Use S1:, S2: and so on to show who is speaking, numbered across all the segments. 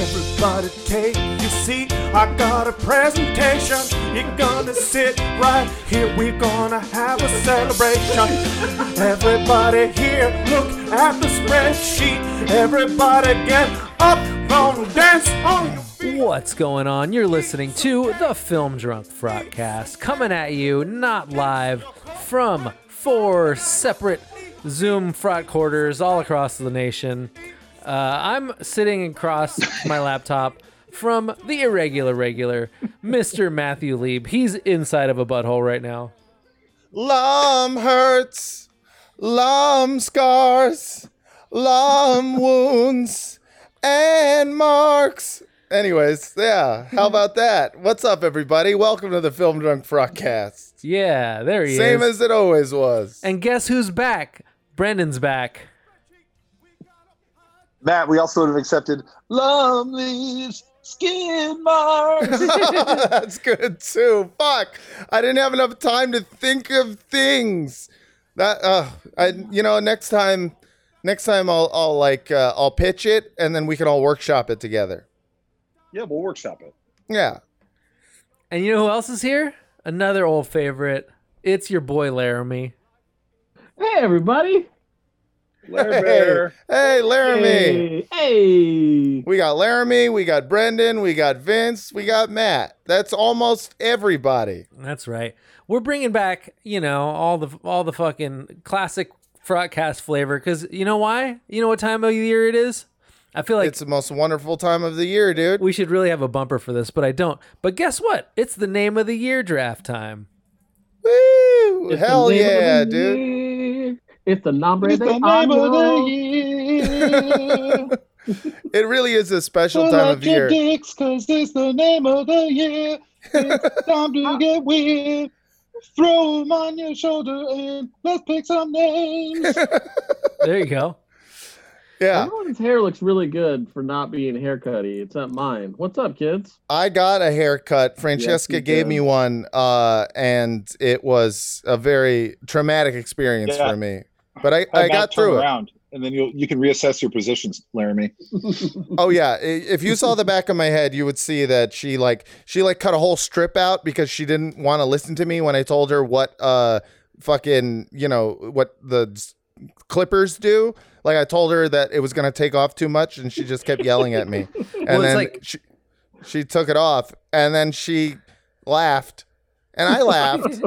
S1: Everybody take your seat. I got a presentation. You're gonna sit right here. We're gonna have a celebration. Everybody here, look at the spreadsheet. Everybody get up, gonna dance on your feet.
S2: What's going on? You're listening to the Film Drunk Broadcast, coming at you not live from four separate Zoom front quarters all across the nation. Uh, I'm sitting across my laptop from the irregular regular, Mr. Matthew Lieb. He's inside of a butthole right now.
S3: Lum hurts, lum scars, lum wounds, and marks. Anyways, yeah, how about that? What's up, everybody? Welcome to the Film Drunk Broadcast.
S2: Yeah, there he
S3: Same
S2: is.
S3: as it always was.
S2: and guess who's back? Brendan's back.
S4: Matt, we also would have accepted love leaves skin marks.
S3: That's good too. Fuck, I didn't have enough time to think of things. That uh, I you know next time, next time I'll I'll like uh, I'll pitch it and then we can all workshop it together.
S4: yeah, we'll workshop it.
S3: Yeah.
S2: And you know who else is here? Another old favorite. It's your boy Laramie.
S5: Hey everybody!
S4: Larry
S3: Hey,
S4: Bear.
S3: hey, Laramie.
S5: Hey, hey.
S3: We got Laramie, we got Brendan, we got Vince, we got Matt. That's almost everybody.
S2: That's right. We're bringing back, you know, all the all the fucking classic broadcast flavor cuz you know why? You know what time of year it is? I feel like
S3: it's the most wonderful time of the year, dude.
S2: we should really have a bumper for this, but I don't. But guess what? It's the name of the year draft time.
S3: Woo!
S5: It's the
S3: Hell
S5: name of
S3: yeah,
S5: the
S3: dude.
S5: year. It's the nombre
S4: It's
S5: de
S4: the name of the
S5: año.
S4: year.
S3: It really is a special
S4: Pull
S3: time
S4: out
S3: of
S4: your
S3: year.
S4: dicks, 'cause it's the name of the year. It's time to get weird. Throw 'em on your shoulder and let's pick some names.
S2: There you go.
S3: Yeah.
S5: Everyone's hair looks really good for not being haircutty, except mine. What's up, kids?
S3: I got a haircut. Francesca
S5: you
S3: gave
S5: did.
S3: me one, uh, and it was a very traumatic experience
S4: Yeah.
S3: for me. But I, I got through it.
S4: around, and then you you can reassess your positions, Laramie.
S3: Oh yeah, I- if you saw the back of my head, you would see that she like she like cut a whole strip out because she didn't want to listen to me when I told her what uh fucking, you know, what the s- clippers do. Like I told her that it was going to take off too much and she just kept yelling at me. And
S2: it's
S3: then
S2: like-
S3: she she took it off and then she laughed and I laughed,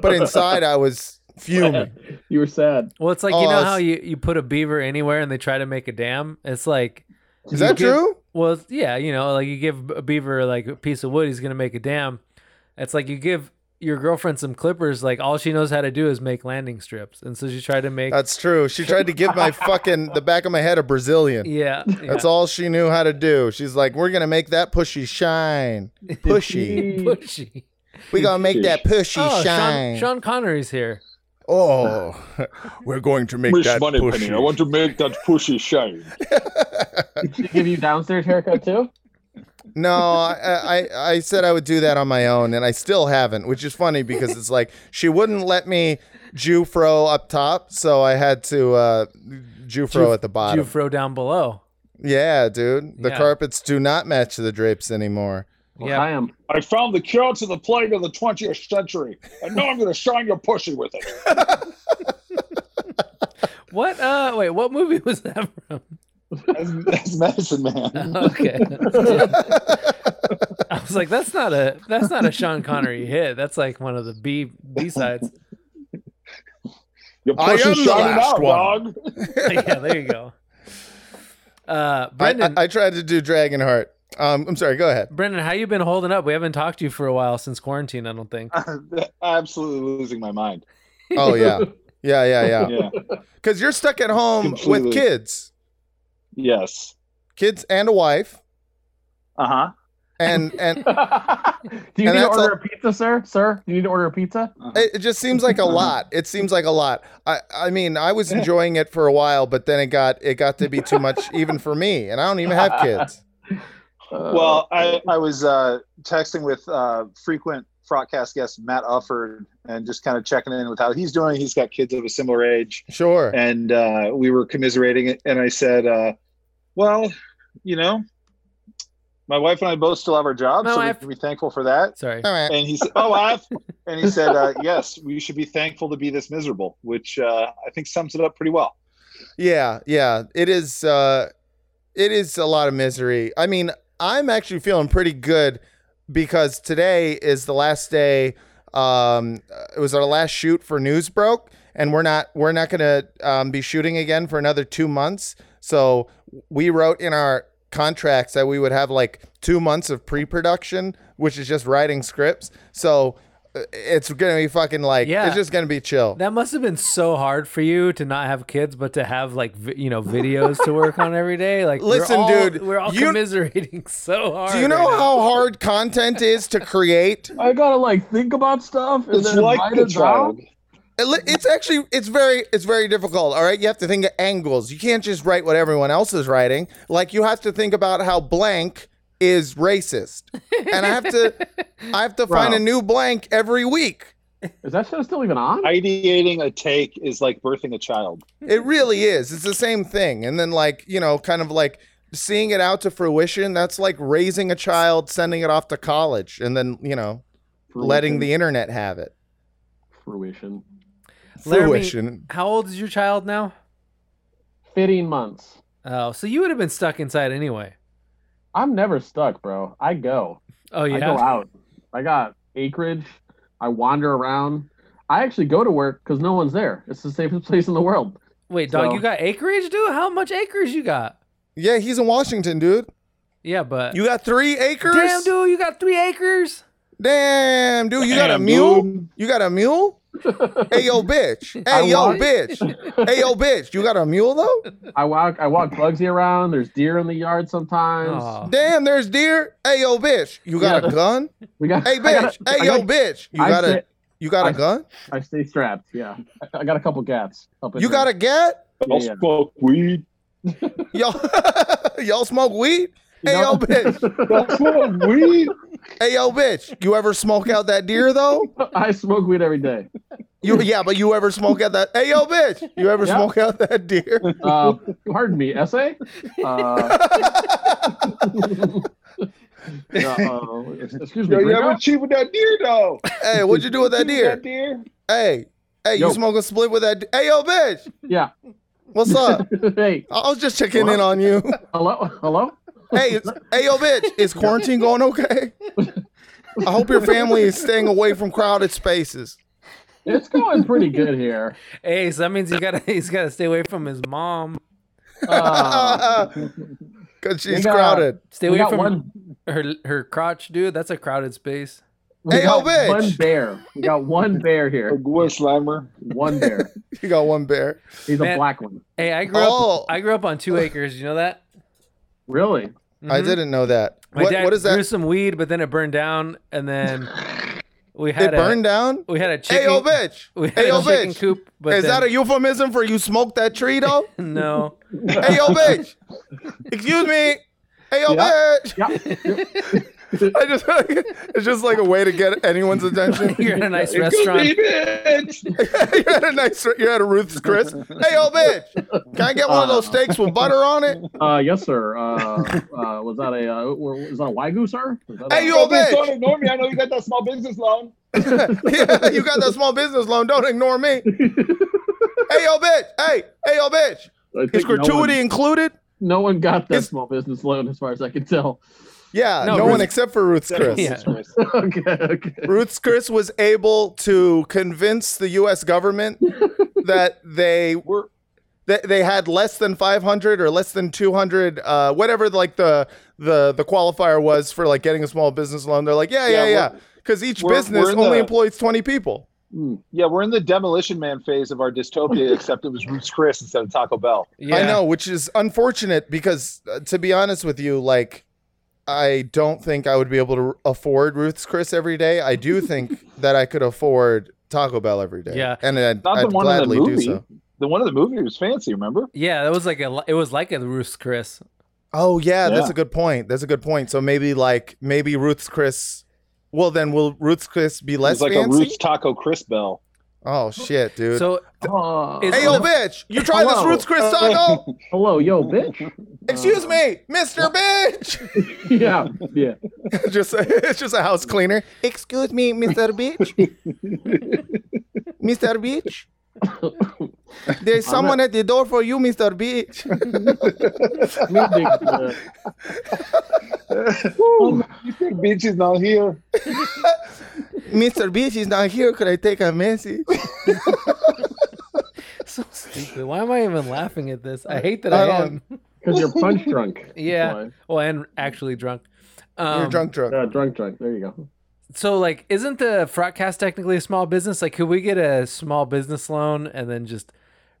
S3: but inside I was fuming.
S5: you were sad.
S2: Well, it's like
S3: Oh,
S2: you know
S3: it's-
S2: how you, you put a beaver anywhere and they try to make a dam? It's like
S3: Is that
S2: You get-
S3: true?
S2: Well, it's- yeah, you know, like you give a beaver like a piece of wood, he's gonna make a dam. It's like you give your girlfriend some clippers, like all she knows how to do is make landing strips, and so she tried to make.
S3: That's true. She tried to give my fucking the back of my head a Brazilian.
S2: yeah, yeah.
S3: That's all she knew how to do. She's like, we're gonna make that pushy shine, pushy.
S2: pushy.
S3: we gonna make that pushy
S2: Oh, Sean,
S3: shine.
S2: Sean Connery's here.
S3: Oh, we're going to make that pushy.
S4: to make that pushy shine.
S5: Did she give you downstairs haircut too?
S3: no, I, I I said I would do that on my own, and I still haven't, which is funny because it's like she wouldn't let me Jufro up top, so I had to uh, Jufro
S2: Juf-
S3: at the bottom.
S2: Jufro down below.
S3: yeah, dude, the
S2: Yeah.
S3: carpets do not match the drapes anymore.
S2: Yeah.
S5: I am.
S4: I found the cure to the plague of the 20th century, and now I'm going to shine your pushy with it.
S2: What? Uh, wait, what movie was that from?
S4: That's, that's medicine, man.
S2: Okay, I was like, that's not a that's not a Sean Connery hit. That's like one of the B B sides.
S4: Your
S3: I am the
S4: pushy shining
S3: last
S4: out,
S3: one.
S4: dog.
S2: yeah, there you go. Uh,
S3: I,
S2: Brendan,
S3: I, I tried to do Dragonheart. Um, I'm sorry. Go ahead.
S2: Brendan, how you been holding up? We haven't talked to you for a while since quarantine. I don't think.
S4: Absolutely losing my mind.
S3: Oh yeah, yeah, yeah, yeah.
S4: Yeah.
S3: Because you're stuck at home
S4: Completely.
S3: with kids,
S4: yes.
S3: kids and a wife,
S4: Uh huh.
S3: and and
S5: Do you
S3: And
S5: need to
S3: that's
S5: order a pizza, sir? Sir, do you need to order a pizza?
S4: Uh-huh.
S3: it, it just seems like a lot. It seems like a lot. I I mean, I was enjoying it for a while, but then it got it got to be too much even for me, and I don't even have kids.
S5: Uh,
S4: Well, I, I was uh, texting with uh, frequent broadcast guest Matt Ufford and just kind of checking in with how he's doing. He's got kids of a similar age.
S3: Sure.
S4: and uh, we were commiserating it and i said uh, well you know
S6: My wife and I both still have our jobs,
S2: No,
S6: so
S2: I've-
S6: we can be thankful for that.
S2: Sorry.
S3: All right.
S6: And he said, "Oh, I've," and he said, uh, "Yes, we should be thankful to be this miserable," which uh, I think sums it up pretty well.
S3: Yeah, yeah. It is uh it is a lot of misery. I mean, I'm actually feeling pretty good because today is the last day um it was our last shoot for News Broke and we're not we're not going to um, be shooting again for another 2 months. So we wrote in our contracts that we would have like 2 months of pre-production, which is just writing scripts. So uh, it's going to be fucking like
S2: Yeah.
S3: it's just going to be chill.
S2: That must have been so hard for you to not have kids, but to have like vi- you know videos to work on every day. Like, we're
S3: Listen,
S2: all-
S3: dude,
S2: we're all
S3: you-
S2: commiserating so hard.
S3: Do you know
S2: right now.
S3: how hard content is to create?
S5: I gotta like think about stuff and
S6: It's
S5: then
S6: like
S5: write
S6: the
S5: it down.
S6: child.
S3: It li- It's actually it's very it's very difficult. All right, you have to think of angles. You can't just write what everyone else is writing. Like you have to think about how blank is racist, and I have to I have to find
S5: Wow.
S3: a new blank every week.
S5: Is that show still even on?
S6: Ideating a take is like birthing a child.
S3: It really is. It's the same thing. And then like you know, kind of like seeing it out to fruition. That's like raising a child, sending it off to college, and then you know, letting the internet have it.
S5: fruition.
S2: Laramie-
S3: Fruition.
S2: How old is your child now?
S5: Fitting months.
S2: Oh, so you would have been stuck inside anyway.
S5: I'm never stuck, bro. I go.
S2: Oh
S5: I go
S2: yeah.
S5: out. I got acreage. I wander around. I actually go to work because no one's there. It's the safest place in the world.
S2: Wait, dog,
S5: So-
S2: you got acreage, dude? How much acres you got?
S3: Yeah, he's in Washington, dude.
S2: Yeah, but
S3: You got three acres.
S2: damn, dude, you got three acres.
S3: Damn, dude, you got a
S6: Damn,
S3: mule?
S6: dude.
S3: You got a mule? hey yo, bitch.
S5: I
S3: Hey yo,
S5: want-
S3: bitch. Hey yo, bitch. You got a mule though?
S5: I walk. I walk Bugsy around. There's deer in the yard sometimes.
S2: Aw.
S3: Damn, there's deer. Hey yo, bitch. You got
S5: Yeah.
S3: a gun?
S5: We got.
S3: Hey
S5: I got-
S3: bitch. Hey
S5: I
S3: yo,
S5: got-
S3: bitch. You
S5: I
S3: got
S5: stay,
S3: a you got a
S5: I-
S3: gun?
S5: I stay strapped. Yeah. I, I got a couple gaps. Up in
S3: You
S5: here.
S3: got a gat?
S6: I'll
S5: Yeah.
S6: Oh, smoke weed.
S3: Y'all y'all smoke weed? Hey
S5: You
S3: yo,
S5: know?
S6: I'll smoke weed.
S3: Hey yo, bitch. You ever smoke out that deer though?
S5: I smoke weed every day.
S3: You yeah, but you ever smoke out that Hey yo, bitch. You ever
S5: Yeah.
S3: smoke out that deer?
S5: Uh, pardon me, essay. Uh, uh, excuse me.
S6: Yo, you
S5: Gringo?
S6: ever cheat with that deer though?
S3: hey, what'd you do with that
S6: Cheat
S3: deer?
S6: That deer?
S3: Hey, hey,
S5: Yo.
S3: you smoke a split with that? d- Hey, yo, bitch,
S5: Yeah.
S3: what's up?
S5: hey,
S3: I was just checking in on you.
S5: hello, hello.
S3: Hey, it's- hey, yo, bitch, is quarantine going okay? I hope your family is staying away from crowded spaces.
S5: It's going pretty good here.
S2: Hey, so that means he's gotta he's gotta stay away from his mom.
S5: Uh,
S3: Cause
S5: We
S3: she's
S5: got-
S3: crowded.
S2: Stay
S5: we
S2: away
S5: got
S2: from
S5: one.
S2: her her crotch, dude. That's a crowded space.
S5: We
S3: Hey, yo,
S5: got
S3: bitch.
S5: one bear. We got one bear
S6: A
S5: here.
S6: Gwen Slimer.
S5: One bear.
S3: You got one bear.
S5: He's
S2: Man.
S5: a black one.
S2: Hey, I grew
S3: Oh.
S2: up I grew up on two acres. You know that?
S5: Really?
S3: I
S2: Mhm.
S3: didn't know that.
S2: My
S3: What,
S2: dad
S3: what is
S2: grew
S3: that?
S2: some weed, but then it burned down, and then we
S3: It
S2: had a
S3: burned down.
S2: we had a chicken.
S3: Hey, yo, bitch.
S2: We had
S3: Hey, yo,
S2: a chicken
S3: bitch.
S2: coop, but
S3: Is that
S2: then,
S3: a euphemism for you smoked that tree though?
S2: no?
S3: hey, yo, bitch. Excuse me. Hey, yo,
S5: Yeah.
S3: bitch.
S5: Yeah.
S3: I just it's just like a way to get anyone's attention.
S2: You're in a nice
S6: Excuse me,
S2: restaurant.
S6: bitch.
S3: you had a nice you had a Ruth's Chris. Hey old bitch, can I get one of those steaks with butter on it?
S5: Uh, yes, sir. Uh, uh, was that a uh, was that a wagyu, sir? Was that
S3: Hey,
S5: a-
S3: yo,
S6: Yo, bitch,
S3: bitch.
S6: Don't ignore me. I know you got that small business loan.
S3: Yeah, you got that small business loan. Don't ignore me. Hey old bitch. Hey, hey old bitch.
S5: I think
S3: Is
S5: No
S3: gratuity
S5: one,
S3: included?
S5: no one got that
S3: It's-
S5: small business loan, as far as I can tell.
S3: Yeah,
S2: No,
S3: no, one
S2: Ruth-
S3: except for Ruth's Chris.
S2: Yeah.
S5: okay, okay.
S3: Ruth's Chris was able to convince the U.S. government that they
S6: We're
S3: that they had less than 500 or less than 200 uh whatever like the the the qualifier was for like getting a small business loan they're like yeah yeah
S6: Yeah,
S3: yeah
S6: we're-
S3: because each
S6: we're-
S3: business
S6: we're in
S3: only
S6: the-
S3: employs 20 people
S5: Mm.
S6: yeah, we're in the demolition man phase of our dystopia, except it was Roots Chris instead of Taco Bell.
S2: Yeah.
S3: i know which is unfortunate because uh, to be honest with you like i don't think i would be able to r- afford ruth's chris every day i do think that i could afford taco bell every day
S2: Yeah.
S3: and i'd,
S6: Not the
S3: I'd
S6: one in the
S3: gladly do
S6: movie.
S3: so
S6: The one in the movie was fancy, remember?
S2: Yeah, that was like a li- it was like a Ruth's Chris.
S3: Oh yeah, that's
S6: Yeah.
S3: a good point. That's a good point. So maybe like maybe Ruth's Chris. Well, then will Ruth's Chris be
S6: It
S3: less
S6: was like
S3: fancy?
S6: a Roots Taco Chris Bell.
S3: Oh shit, dude.
S2: So
S5: Uh,
S2: Is-
S3: hey, yo, bitch, you try this
S5: Hello.
S3: Roots
S6: Uh,
S3: Cristaldo?
S5: hello, yo, bitch.
S3: Excuse
S5: Uh,
S3: me, Mister Bitch.
S5: Yeah, yeah.
S3: just it's just a house cleaner. Excuse me, Mister Bitch. Mister Bitch. There's someone at the door for you, Mister Bitch.
S5: Me dig the-
S6: You think Beach is not here?
S3: Mister Bitch is not here. Could I take a message?
S2: so stupid. Why am I even laughing at this? I hate that
S3: I
S2: I,
S3: don't-
S2: am.
S5: Because you're punch drunk. That's
S2: Yeah.
S5: why.
S2: Well, and actually drunk. Um,
S3: You're drunk, drunk.
S5: Yeah, drunk drunk. There you go.
S2: So, like, isn't the Frogcast technically a small business? Like, could we get a small business loan and then just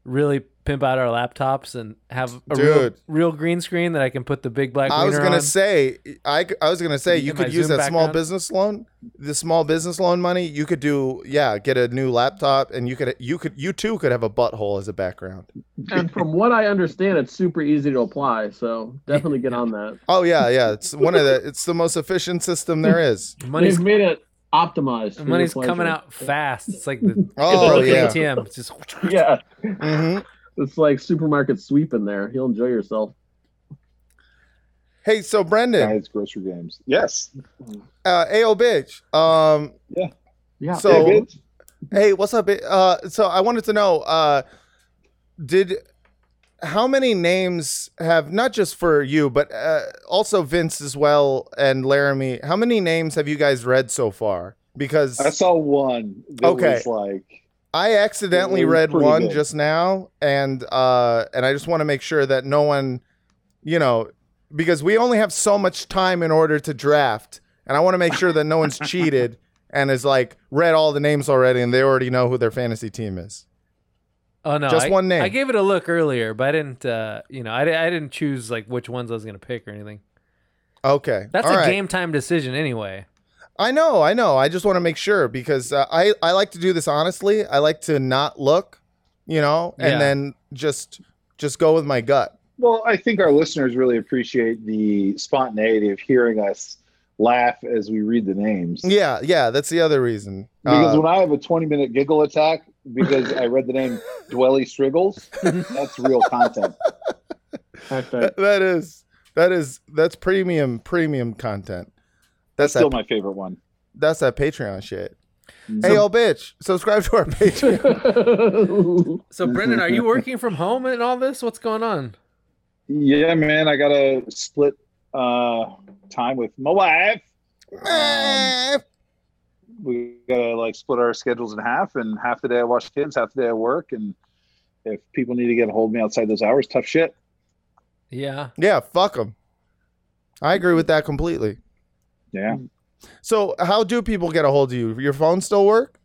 S2: really pimp out our laptops and have a real,
S3: Dude.
S2: real green screen that I can put the big black
S3: I was
S2: wiener
S3: gonna
S2: on?
S3: say, I, I was gonna say,
S2: In
S3: you
S2: my
S3: could use
S2: Zoom
S3: that small
S2: background.
S3: business loan, the small business loan money. You could do, yeah, get a new laptop, and you could, you could, you too could have a butthole as a background.
S5: And from what I understand, it's super easy to apply. So definitely get on that.
S3: Oh yeah, yeah. It's one of the, it's the most efficient system there is.
S2: money's
S5: They've made it optimized. for your
S2: money's
S5: pleasure.
S2: coming out fast. It's like the
S3: Oh
S2: broken
S3: yeah.
S2: ATM. It's just
S5: Yeah,
S3: hmm
S5: it's like supermarket sweep in there. You'll enjoy yourself.
S3: Hey, so Brendan,
S6: Guys, grocery games. Yes.
S3: uh, ayo bitch. Um,
S5: Yeah.
S3: So-
S6: Yeah, bitch.
S3: hey, what's up? bi- Uh, so I wanted to know, uh, did how many names have not just for you, but uh, also Vince as well and Laramie? How many names have you guys read so far? Because
S6: I saw one that
S3: Okay.
S6: was like
S3: I accidentally
S6: It was
S3: read
S6: pretty
S3: one
S6: big.
S3: just now, and uh, and I just want to make sure that no one, you know, because we only have so much time in order to draft, and I want to make sure that no one's cheated and is like read all the names already, and they already know who their fantasy team is.
S2: oh no,
S3: Just
S2: I,
S3: one name.
S2: I gave it a look earlier, but I didn't. Uh, you know, I, di- I didn't choose like which ones I was gonna pick or anything.
S3: Okay,
S2: That's
S3: All
S2: a
S3: right.
S2: game time decision anyway.
S3: I know, I know. I just want to make sure because uh, I I like to do this honestly. I like to not look, you know, and
S2: Yeah.
S3: then just just go with my gut.
S6: Well, I think our listeners really appreciate the spontaneity of hearing us laugh as we read the names.
S3: Yeah, yeah. That's the other reason.
S6: Because
S3: Uh,
S6: when I have a 20 minute giggle attack because I read the name Dwelly Striggles, that's real content.
S5: Hashtag
S3: That- that is that is that's premium premium content. That's
S6: Still
S3: that,
S6: my Mm-hmm. favorite one.
S3: that's that Patreon shit. hey, old bitch, subscribe to our Patreon.
S2: So, Brendan, are you working from home and all this? What's going on?
S6: Yeah, man, I got to split uh, time with my wife.
S3: Eh,
S6: We got to like split our schedules in half, and half the day I watch kids, half the day I work. And if people need to get a hold of me outside those hours, tough shit.
S2: Yeah.
S3: yeah, fuck them. I agree with that completely.
S6: Yeah.
S3: So, how do people get a hold of you? Your phone still work?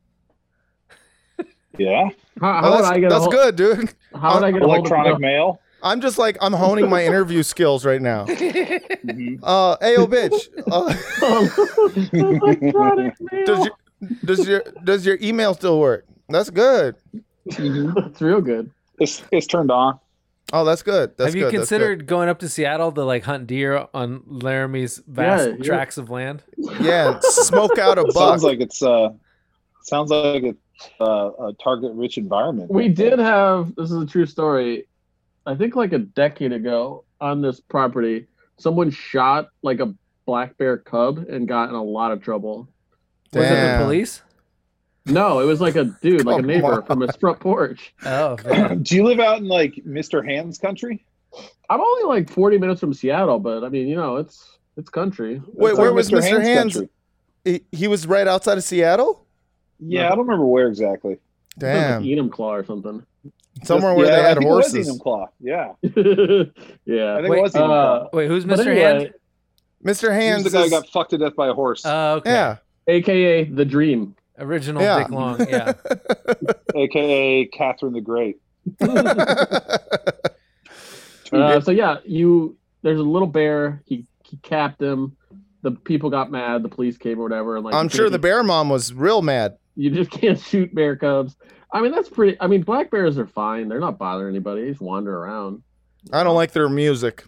S6: Yeah.
S5: how,
S3: Oh,
S5: how would
S3: that's
S5: I get a
S3: that's
S5: hold,
S3: good, dude.
S5: How would I get a hold
S6: Electronic
S5: of
S6: mail.
S3: I'm just like I'm honing my interview skills right now.
S6: Mhm.
S3: Uh, hey, old bitch, uh,
S5: electronic mail?
S3: does your, does your does your email still work? That's good.
S5: That's real good.
S6: It's, it's turned on.
S3: Oh, that's good. That's
S2: Have you
S3: good, that's good.
S2: considered going up to Seattle to like hunt deer on Laramie's vast
S5: Yeah, you're-
S2: tracts of land?
S3: Yeah, smoke out a buck.
S6: Sounds like it's uh, sounds like it's uh, a target-rich environment.
S5: We did have this is a true story. I think like a decade ago on this property, someone shot like a black bear cub and got in a lot of trouble.
S2: Was it
S3: Damn.
S2: the police?
S5: No, it was like a dude, like
S6: Oh,
S5: a
S3: Come
S5: neighbor
S3: on.
S5: from his front porch.
S2: Oh,
S6: Do you live out in like Mr. Hands country?
S5: I'm only like 40 minutes from Seattle, but I mean, you know, it's it's country.
S3: Wait,
S6: It's
S3: where
S6: like
S3: was Mr. Hands?
S6: country.
S3: He, he was right outside of Seattle.
S6: Yeah, I don't remember where exactly.
S5: It's like
S3: Damn,
S5: Enum Claw or something.
S3: somewhere
S6: Just-
S3: where
S6: yeah,
S3: they
S6: I
S3: had
S6: think It was
S3: horses.
S6: Enum Claw. Yeah, I
S5: yeah.
S6: think
S2: Wait,
S6: it was Enum
S5: Uh,
S6: Claw.
S2: Wait, who's
S5: but
S2: Mr.
S5: anyway,
S2: Hand?
S3: Mr.
S6: He was
S3: Hands
S6: the guy who
S3: is-
S6: got fucked to death by a horse,
S5: Uh,
S2: Oh, okay.
S3: yeah.
S5: AKA the Dream.
S2: Original
S3: Yeah.
S2: Dick Long. Yeah.
S6: aka Catherine the Great.
S5: Uh, so yeah, you there's a little bear. He he capped him. The people got mad. The police came or whatever. And like
S3: I'm
S5: you
S3: sure
S5: can't-
S3: the bear mom was real mad.
S5: you just can't shoot bear cubs. I mean that's pretty. I mean black bears are fine. They're not bothering anybody. They just wander around.
S3: I don't like their music.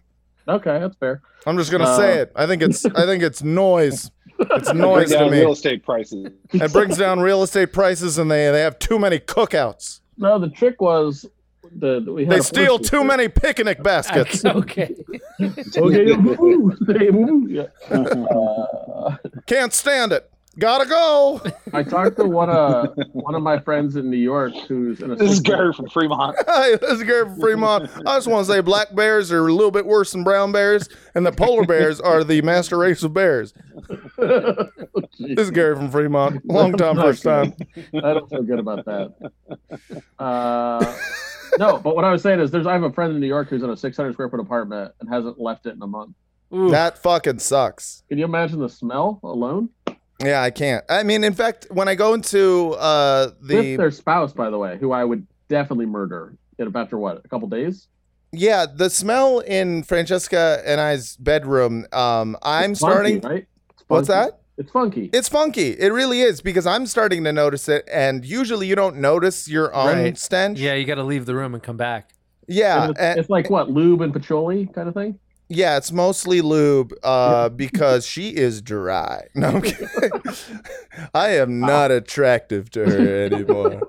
S5: Okay, that's fair.
S3: I'm just gonna
S5: Uh,
S3: say it. I think it's I think it's noise. It's
S6: Bring
S3: noise to
S6: down real
S3: me.
S6: estate prices.
S3: It brings down real estate prices, and they they have too many cookouts.
S5: No, the trick was the we had
S3: They
S5: a
S3: steal
S5: horse
S3: too many picnic baskets.
S2: okay.
S5: Okay, woo, hey, woo, yeah. Uh,
S3: Can't stand it. Gotta go.
S5: I talked to one of one of my friends in New York who's an
S6: This is
S5: assistant-
S6: Gary from Fremont.
S3: Hey, this is Gary from Fremont. I just want to say black bears are a little bit worse than brown bears, and the polar bears are the master race of bears.
S5: Oh,
S3: This is Gary from Fremont. Long time, first time.
S5: I don't feel good about that. Uh, no, but what I was saying is, there's I have a friend in New York who's in a 600 square foot apartment and hasn't left it in a month.
S2: Ooh.
S3: That fucking sucks.
S5: Can you imagine the smell alone?
S3: Yeah, I can't. I mean, in fact, when I go into uh,
S5: With
S3: the
S5: their spouse, by the way, who I would definitely murder in about after what a couple days.
S3: yeah, the smell in Francesca and I's bedroom, um, I'm
S5: It's funky,
S3: starting.
S5: right. It's
S3: What's
S5: funky.
S3: that?
S5: It's funky.
S3: It's funky. It really is because I'm starting to notice it, and usually you don't notice your own
S2: Right.
S3: stench.
S2: Yeah, you got to leave the room and come back.
S3: yeah,
S5: it's,
S3: and-
S5: it's like what lube and patchouli kind of thing.
S3: yeah. It's mostly lube uh, because she is dry. No, I'm kidding. I am not attractive to her anymore.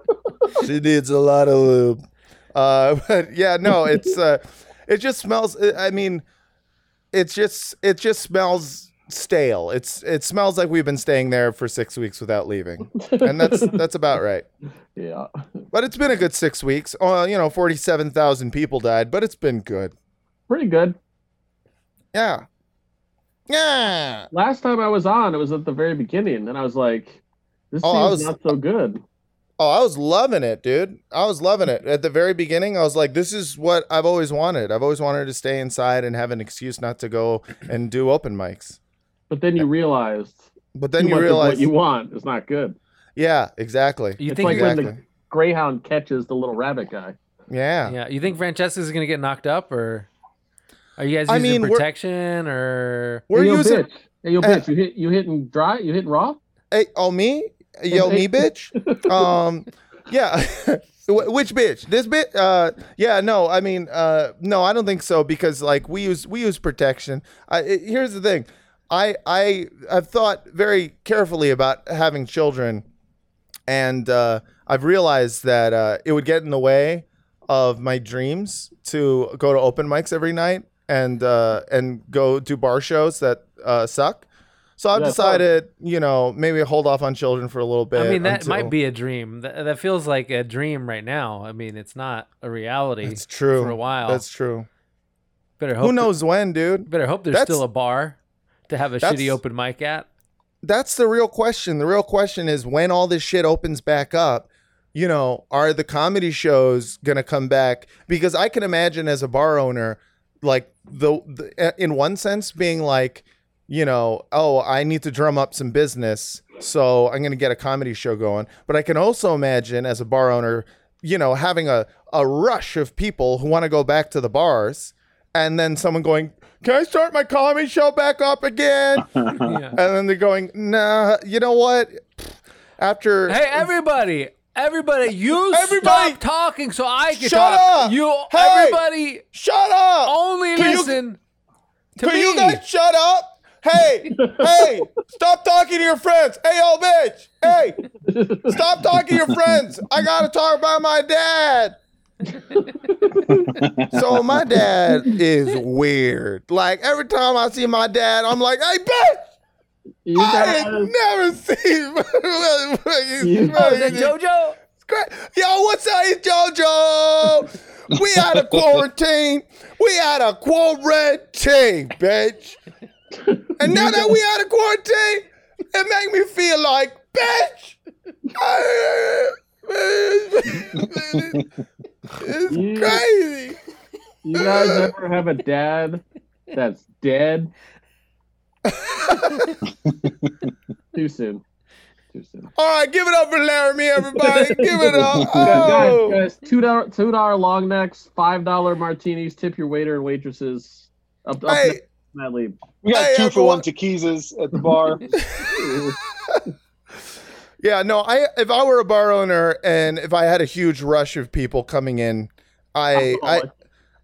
S3: she needs a lot of lube. Uh, but yeah, no, it's uh, it just smells. uh, I mean, it's just it just smells stale. It's it smells like we've been staying there for six weeks without leaving, and that's that's about right.
S5: Yeah.
S3: But it's been a good six weeks. Uh, you know, forty-seven thousand people died, but it's been good.
S5: Pretty good.
S3: Yeah, yeah.
S5: Last time I was on, it was at the very beginning, and I was like, "This
S3: Oh, I was-
S5: seems not so good."
S3: Oh, I was loving it, dude. I was loving it at the very beginning. I was like, "This is what I've always wanted. I've always wanted to stay inside and have an excuse not to go and do open mics."
S5: But then you realized,
S3: But then
S5: too
S3: you
S5: much of
S3: realize,
S5: what you want is not good.
S3: yeah, exactly,
S2: You
S5: It's
S2: think?
S5: like when the-
S3: exactly,
S5: Greyhound catches the little rabbit guy.
S3: yeah.
S2: yeah, you think Francesca's gonna get knocked up, or are you guys
S3: I
S2: using
S3: mean, we're-
S2: protection, or
S3: We're
S5: hey, yo,
S3: using.
S5: bitch. Hey, yo,
S3: Uh,
S5: bitch. You hit. You hitting dry. You hitting raw.
S3: Hey, oh me, yo me, bitch. Um, yeah. Wh- Which bitch? This bit? Uh, yeah. No, I mean, uh, no, I don't think so because like we use we use protection. I, it- here's the thing, I I have thought very carefully about having children, and uh, I've realized that uh, it would get in the way of my dreams to go to open mics every night and uh, and go do bar shows that uh, suck. So I've
S5: Yeah, fuck.
S3: decided, you know, maybe hold off on children for a little bit.
S2: I mean, that
S3: until-
S2: might be a dream. That, that feels like a dream right now. I mean, it's not a reality
S3: That's true.
S2: for a while.
S3: That's true.
S2: better hope.
S3: Who knows when, dude?
S2: better hope there's
S3: that's-
S2: still a bar to have a shitty
S3: that's-
S2: open mic at.
S3: That's the real question. The real question is when all this shit opens back up, you know, are the comedy shows going to come back? Because I can imagine as a bar owner, like the, the in one sense being like, you know, oh, I need to drum up some business, so I'm going to get a comedy show going. But I can also imagine as a bar owner, you know, having a a rush of people who want to go back to the bars and then someone going, "Can I start my comedy show back up again?"
S2: Yeah.
S3: and then they're going, nah, you know what? After
S2: Hey, everybody! Everybody, you
S3: Everybody!
S2: stop talking so I can
S3: Shut
S2: talk.
S3: up!
S2: You,
S3: Hey!
S2: everybody,
S3: shut up!
S2: only
S3: Can you-
S2: listen Oh, to
S3: Can
S2: me.
S3: you guys shut up? Hey, hey, stop talking to your friends. Hey, old bitch. Hey, stop talking to your friends. I gotta talk about my dad. so my dad is weird. Like every time I see my dad, I'm like, hey bitch!
S5: You
S3: I
S5: guys,
S3: ain't never seen
S5: You-
S2: Oh, is that JoJo?
S3: Great. Yo, what's up, it's JoJo? We out of quarantine. We out of quarantine, bitch. And now that we out of quarantine, it make me feel like, bitch.
S5: You-
S3: it's crazy.
S5: you guys ever have a dad that's dead? Too soon. Too soon.
S3: All right, give it up for Laramie, everybody. Give it up.
S5: Guys,
S3: Oh.
S5: guys, two dollar, two dollar long necks, five dollar martinis. Tip your waiter and waitresses. Up, up
S3: Oh. Hey,
S5: that lead.
S6: We got
S3: Hey,
S6: two for
S3: everyone.
S6: one tequilas at the bar.
S3: Yeah, no, I if I were a bar owner and if I had a huge rush of people coming in, I I,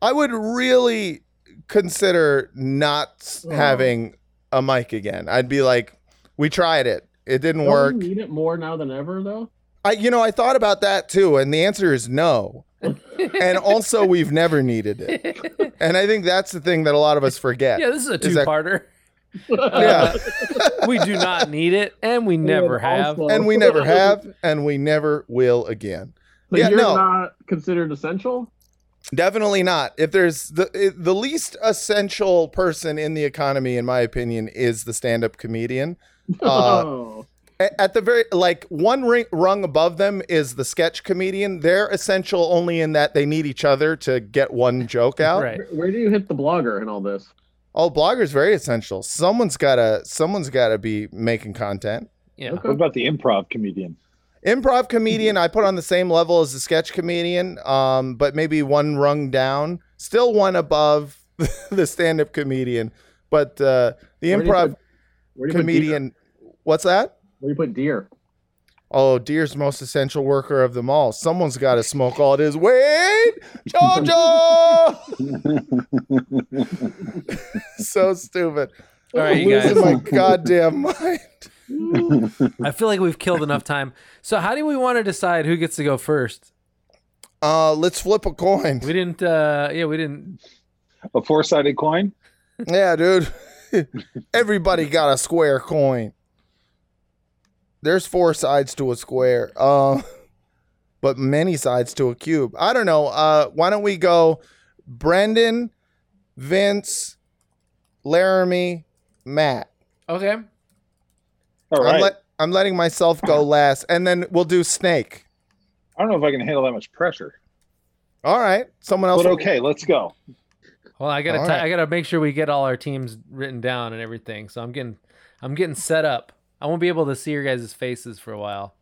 S3: I would really consider not
S5: Oh.
S3: having a mic again. I'd be like, We tried it. It didn't
S5: Don't
S3: work.
S5: we need it more now than ever, though.
S3: I you know, I thought about that too, and the answer is no. and also we've never needed it. And I think that's the thing that a lot of us forget.
S2: yeah, this is a
S3: Is that-
S2: two-parter.
S3: yeah.
S2: we do not need it, and we never have.
S5: Also-
S3: And we never have, and we never will again.
S5: So
S3: Yeah,
S5: you're
S3: no.
S5: not considered essential.
S3: Definitely not. If there's the i- the least essential person in the economy, in my opinion, is the stand up comedian. Uh,
S5: oh,
S3: A- At the very like one ring, rung above them is the sketch comedian. They're essential only in that they need each other to get one joke out.
S2: Right.
S5: where do you hit the blogger in all this?
S3: Oh, bloggers very essential. Someone's gotta someone's gotta be making content.
S2: Yeah.
S5: Okay.
S6: What about the improv comedian?
S3: Improv comedian,
S5: Mm-hmm.
S3: I put on the same level as the sketch comedian, um, but maybe one rung down, still one above the stand-up comedian. But uh, the
S5: Where do you
S3: improv
S5: put- Where do you put deer?
S3: comedian, what's that?
S5: Where do you put deer?
S3: Oh, deer's most essential worker of them all. Someone's got to smoke all it is. Wait, Jojo. so stupid.
S2: All right, you guys.
S3: Losing my goddamn mind.
S2: I feel like we've killed enough time. So how do we want to decide who gets to go first?
S3: Uh, let's flip a coin.
S2: We didn't. uh Yeah, we didn't.
S6: A four sided coin?
S3: Yeah, dude. Everybody got a square coin. There's four sides to a square. Uh, but many sides to a cube. I don't know. Uh, why don't we go Brendan, Vince, Laramie, Matt.
S2: Okay.
S6: All
S3: I'm,
S6: right.
S3: let- I'm letting myself go last, and then we'll do Snake.
S6: I don't know if I can handle that much pressure.
S3: All right. Someone else.
S6: But okay, let's go.
S2: Well, I gotta.
S3: All
S2: ti-
S3: right.
S2: I gotta make sure we get all our teams written down and everything. So I'm getting. I'm getting set up. I won't be able to see your guys' faces for a while.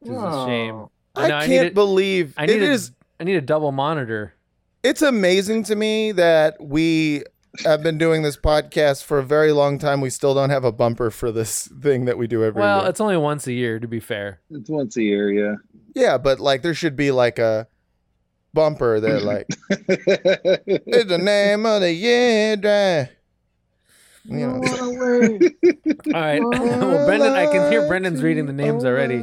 S2: This is a shame.
S5: Oh.
S3: I
S2: know,
S3: can't
S2: need it-
S3: believe
S2: I need
S3: it
S2: a,
S3: is
S2: I need a double monitor.
S3: It's amazing to me that we have been doing this podcast for a very long time. We still don't have a bumper for this thing that we do every
S2: Well,
S3: year.
S2: it's only once a year, to be fair.
S6: It's once a year, yeah.
S3: yeah, but like there should be like a bumper that like it's the name of the year. da." You know.
S2: All right. well, Brendan, I can hear Brendan's reading the names already.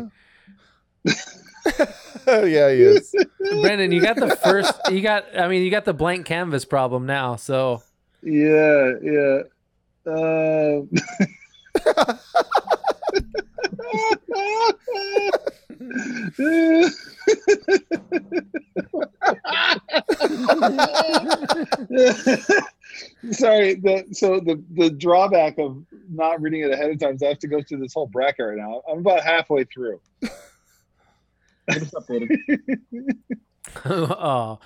S3: yeah, he is.
S2: Brendan, you got the first. You got. I mean, you got the blank canvas problem now. So
S6: yeah, yeah. Uh, Sorry. The, so the the drawback of not reading it ahead of time is I have to go through this whole bracket right now. I'm about halfway through.
S5: Get us updated.
S2: oh,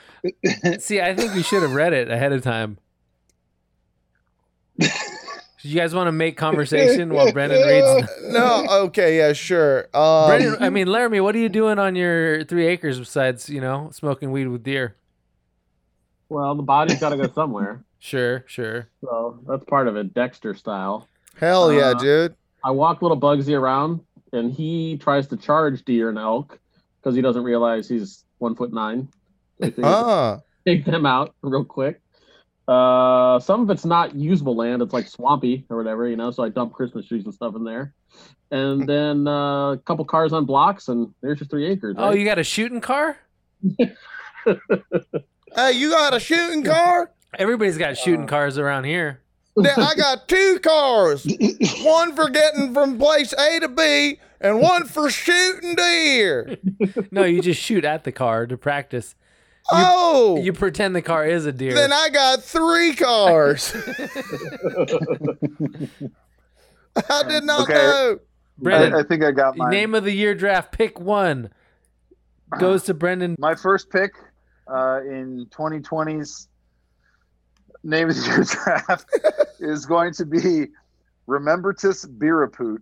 S2: see, I think you should have read it ahead of time. You guys want to make conversation while Brendan reads?
S3: No, okay, yeah, sure. Um,
S2: Brendan, I mean, Laramie, what are you doing on your three acres besides you know smoking weed with deer?
S5: well, the body's got to go somewhere,
S2: Sure, sure.
S5: so that's part of it, Dexter style.
S3: hell yeah,
S5: uh,
S3: dude.
S5: I walk little Bugsy around, and he tries to charge deer and elk because he doesn't realize he's one foot nine. So he thinks-
S3: Ah,
S5: take them out real quick. Uh, some of it's not usable land; it's like swampy or whatever, you know. So I dump Christmas trees and stuff in there, and then uh, a couple cars on blocks, and there's your three acres.
S2: Oh,
S5: right?
S2: you got a shooting car?
S3: hey, you got a shooting car?
S2: Everybody's got shooting cars around here.
S3: Now, I got two cars. One for getting from place A to B and one for shooting deer.
S2: No, you just shoot at the car to practice.
S3: oh,
S2: You pretend the car is a deer.
S3: then I got three cars. I did not
S6: Okay.
S3: know.
S2: Brendan,
S6: I, I think I got my
S2: Name of the year draft, pick one. Goes to Brendan.
S6: my first pick uh, in 2020's name of the year draft is going to be Remembertus Beeraput.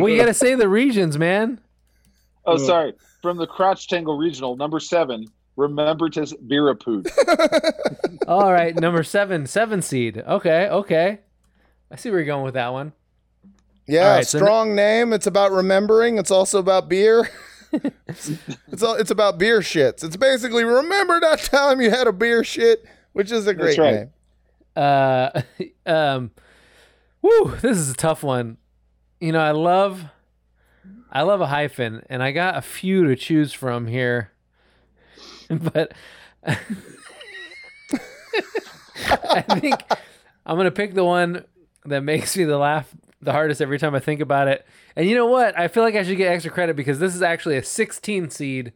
S2: Well, you got to say the regions, man.
S6: Oh, sorry, from the Crotch Tangle Regional, number seven, Remembertus Beeraput.
S2: All right, number seven, seven seed. Okay, okay. I see where you're going with that one.
S3: Yeah,
S2: All right, so n-
S3: strong name. It's about remembering. It's also about beer. it's all, it's about beer shits. It's basically remember that time you had a beer shit, which is a great
S6: right.
S3: name.
S2: Uh, um, woo, this is a tough one. you know, I love, I love a hyphen, and I got a few to choose from here, but I think I'm gonna pick the one that makes me the laugh the hardest every time I think about it. And you know what? I feel like I should get extra credit because this is actually a 16 seed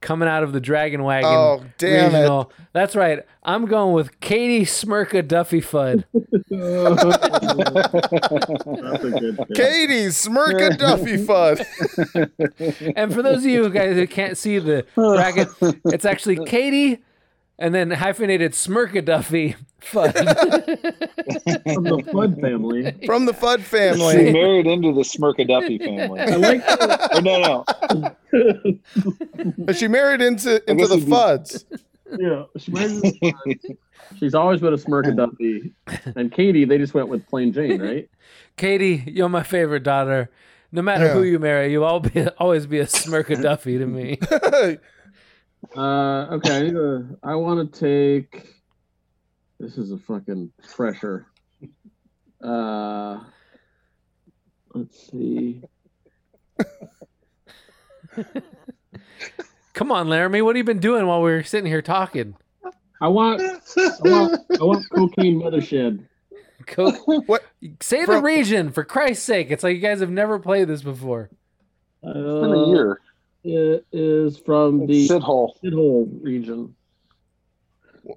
S2: coming out of the Dragon Wagon.
S3: Oh, damn it.
S2: regional. That's right. I'm going with Katie Smirka Duffy Fudd.
S5: That's a good pick.
S3: Katie Smirka Duffy Fudd.
S2: And for those of you guys who can't see the bracket, it's actually Katie and then hyphenated Smirka Duffy Fudd.
S5: From the Flood family.
S3: From the Fudd
S4: She
S3: family.
S4: married into the Smirkaduffy family.
S5: I like the,
S4: Or no, no.
S3: She married into into
S4: guess
S3: the
S4: it'd be-
S3: Fuds.
S5: yeah, she married this one. She's always been a smirk Duffy. And Katie, they just went with plain Jane, right?
S2: Katie, you're my favorite daughter. No matter who
S3: Yeah.
S2: you marry, you'll all be, always be a Smirka Duffy to me.
S5: Uh, okay, I, need to- I want to take. This is a fucking pressure. Uh, let's see.
S2: Come on, Laramie. What have you been doing while we were sitting here talking?
S5: I want, I want, I want cocaine mothershed.
S2: Coke.
S3: What-
S2: Say the
S3: From-
S2: region for Christ's sake. It's like you guys have never played this before.
S6: It's been
S3: Uh,
S6: a year.
S5: Uh, It is from the
S6: Sit hole.
S5: shithole region.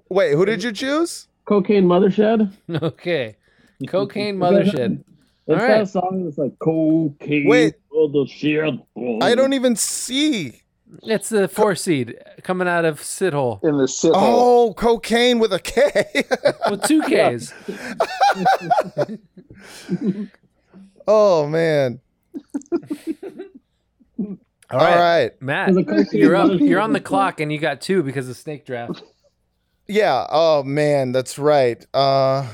S3: Wait, who did you choose?
S5: Cocaine Mothershed.
S2: Okay. Cocaine Mothershed.
S5: It's
S2: All
S5: got
S2: right.
S5: a song that's like cocaine
S3: Wait.
S5: mothershed.
S3: I don't even see.
S2: It's the four seed coming out of Sithole
S6: In the sit hole.
S3: Oh, cocaine with a K.
S2: with two Ks.
S3: oh man.
S2: All right.
S3: All right.
S2: Matt, you're up. You're on the clock, and you got two because of snake draft.
S3: Yeah. Oh man, that's right. Uh,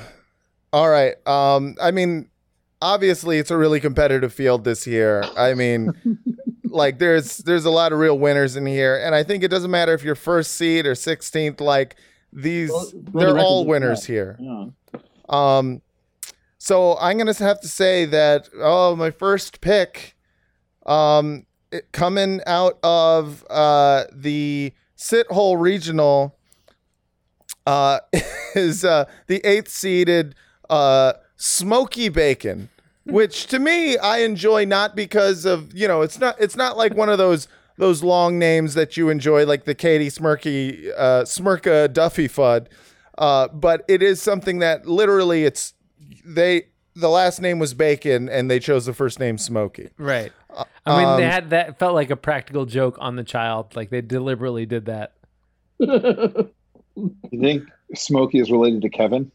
S3: all right. Um, I mean, obviously, it's a really competitive field this year. I mean, like there's there's a lot of real winners in here, and I think it doesn't matter if you're first seed or sixteenth. Like these,
S5: Well, for the
S3: they're
S5: record,
S3: all
S5: it's
S3: winners
S5: not.
S3: here.
S5: Yeah.
S3: Um, so I'm gonna have to say that oh, my first pick, um, it, coming out of uh the sit hole regional, uh, is uh the eighth seeded uh Smoky Bacon, which to me I enjoy not because of you know it's not it's not like one of those. Those long names that you enjoy, like the Katie Smirky, uh, Smirka Duffy Fudd, uh, but it is something that literally it's they the last name was Bacon and they chose the first name Smokey.
S2: Right. I mean, they
S3: um,
S2: had that felt like a practical joke on the child. Like they deliberately did that.
S4: You think Smokey is related to Kevin?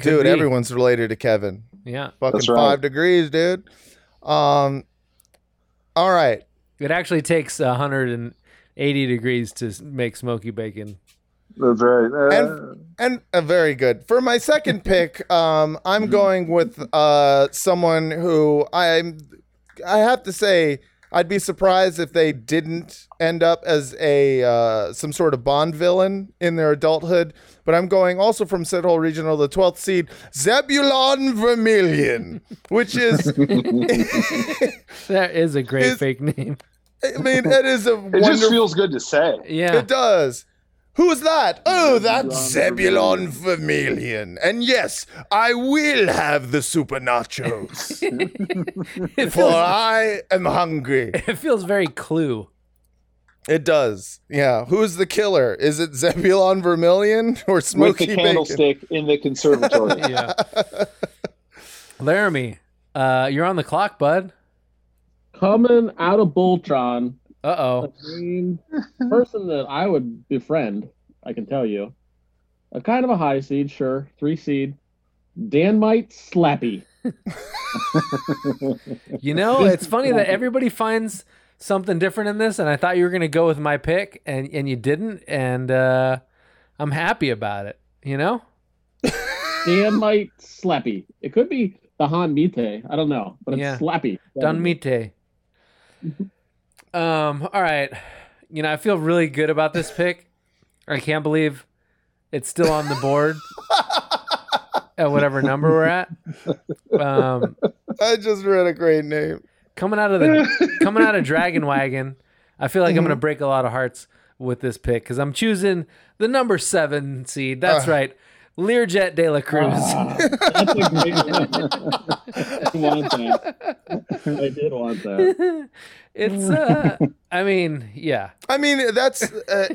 S3: dude,
S2: be.
S3: everyone's related to Kevin.
S2: Yeah.
S3: Fucking
S4: That's right.
S3: five degrees, dude. Um, all right,
S2: It actually takes 180 degrees to s- make smoky bacon.
S6: That's right. Uh,
S3: And- and uh, very good for my second pick. Um, I'm going with uh someone who I'm. I have to say, I'd be surprised if they didn't end up as a uh, some sort of Bond villain in their adulthood. But I'm going also from Sithole Regional, the 12th seed, Zebulon Vermilion, which is,
S2: That is a great
S3: It's-
S2: fake name.
S3: I mean, it is a
S6: it just
S3: wonderful.
S6: feels good to say.
S2: Yeah.
S3: It does. Who is that? Oh, that's Zebulon
S5: Zebulon
S3: Vermilion. And yes, I will have the super nachos,
S2: It
S3: for
S2: feels,
S3: I am hungry.
S2: it feels very clue.
S3: It does. Yeah. Who's the killer? Is it Zebulon Vermilion or
S4: With
S3: Smokey
S4: the
S3: Bacon?
S4: candlestick in the conservatory.
S2: Yeah. Laramie, uh, you're on the clock, bud.
S5: Coming out of Boltron,
S2: Uh oh.
S5: mean, person that I would befriend, I can tell you. A kind of a high seed, sure. Three seed. Danmite Slappy.
S2: You know, it's funny that everybody finds something different in this, and I thought you were gonna go with my pick, and and you didn't, and uh, I'm happy about it. You know,
S5: Danmite Slappy. It could be the Han Mite. I don't know, but it's
S2: Yeah.
S5: Slappy.
S2: Don Mite. Um. All right. You know, I feel really good about this pick. I can't believe it's still on the board at whatever number we're at. Um,
S3: I just read a great name.
S2: coming out of the coming out of Dragon Wagon, I feel like I'm gonna break a lot of hearts with this pick because I'm choosing the number seven seed. That's
S3: Uh.
S2: right, Learjet De La Cruz.
S5: Ah, that's a great one. I want that. I did want that.
S2: it's uh, I mean, yeah,
S3: I mean, that's uh,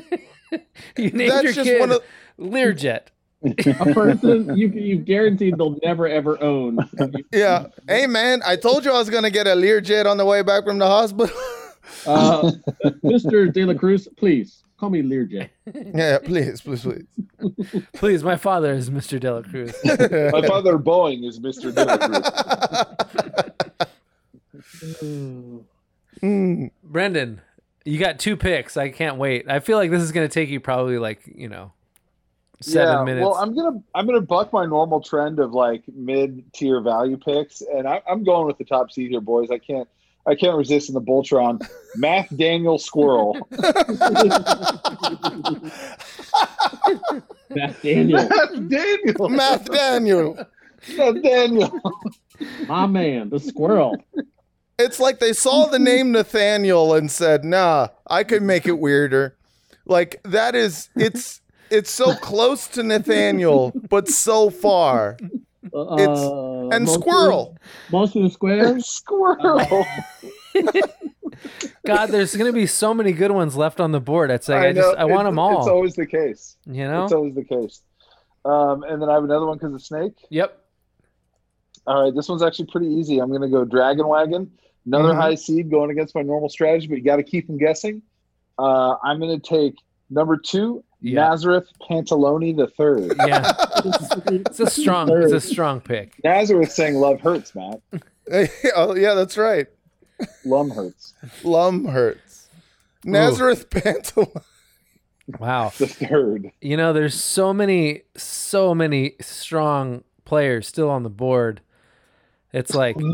S2: you named your
S3: that's just
S2: kid
S3: one of
S2: Learjet.
S5: A person you you guaranteed they'll never ever own.
S3: yeah. Hey man, I told you I was gonna get a Learjet on the way back from the hospital.
S5: Uh, Mr. De La Cruz, please call me Learjet.
S3: yeah, please, please, please.
S2: Please, my father is Mr. De La Cruz.
S4: My father Boeing is Mr. De La Cruz.
S3: Hmm.
S2: Brendan, you got two picks. I can't wait. I feel like this is gonna take you probably like you know seven
S6: yeah,
S2: minutes.
S6: Well, I'm gonna I'm gonna buck my normal trend of like mid tier value picks, and I, I'm going with the top seed here, boys. I can't I can't resist in the Boltron, Math Daniel Squirrel.
S5: Matt Daniel,
S6: Math Daniel,
S3: Math Daniel.
S6: Math Daniel.
S5: my man, the squirrel.
S3: It's like they saw the name Nathaniel and said, "Nah, I could make it weirder." Like that is it's it's so close to Nathaniel, but so far.
S5: Uh,
S3: And
S5: most of the-
S3: squirrel.
S5: most of the squares.
S6: Squirrel.
S2: God, there's gonna be so many good ones left on the board. It's like I,
S6: know,
S2: just I want
S6: it's-
S2: them all.
S6: It's always the case.
S2: you know.
S6: It's always the case. Um, and then I have another one because of snake.
S2: yep.
S6: All right, this one's actually pretty easy. I'm going to go Dragon Wagon, another
S3: Mhm.
S6: high seed going against my normal strategy, but you got to keep them guessing. Uh, I'm going to take number two,
S2: Yeah.
S6: Nazareth Pantalone the third.
S2: Yeah. It's a strong. It's a strong pick.
S6: Nazareth saying love hurts, Matt.
S3: oh yeah, that's right.
S6: Lum hurts
S3: Lum hurts. Nazareth Pantalon.
S2: Wow.
S6: the third.
S2: You know, there's so many, so many strong players still on the board. It's like, d-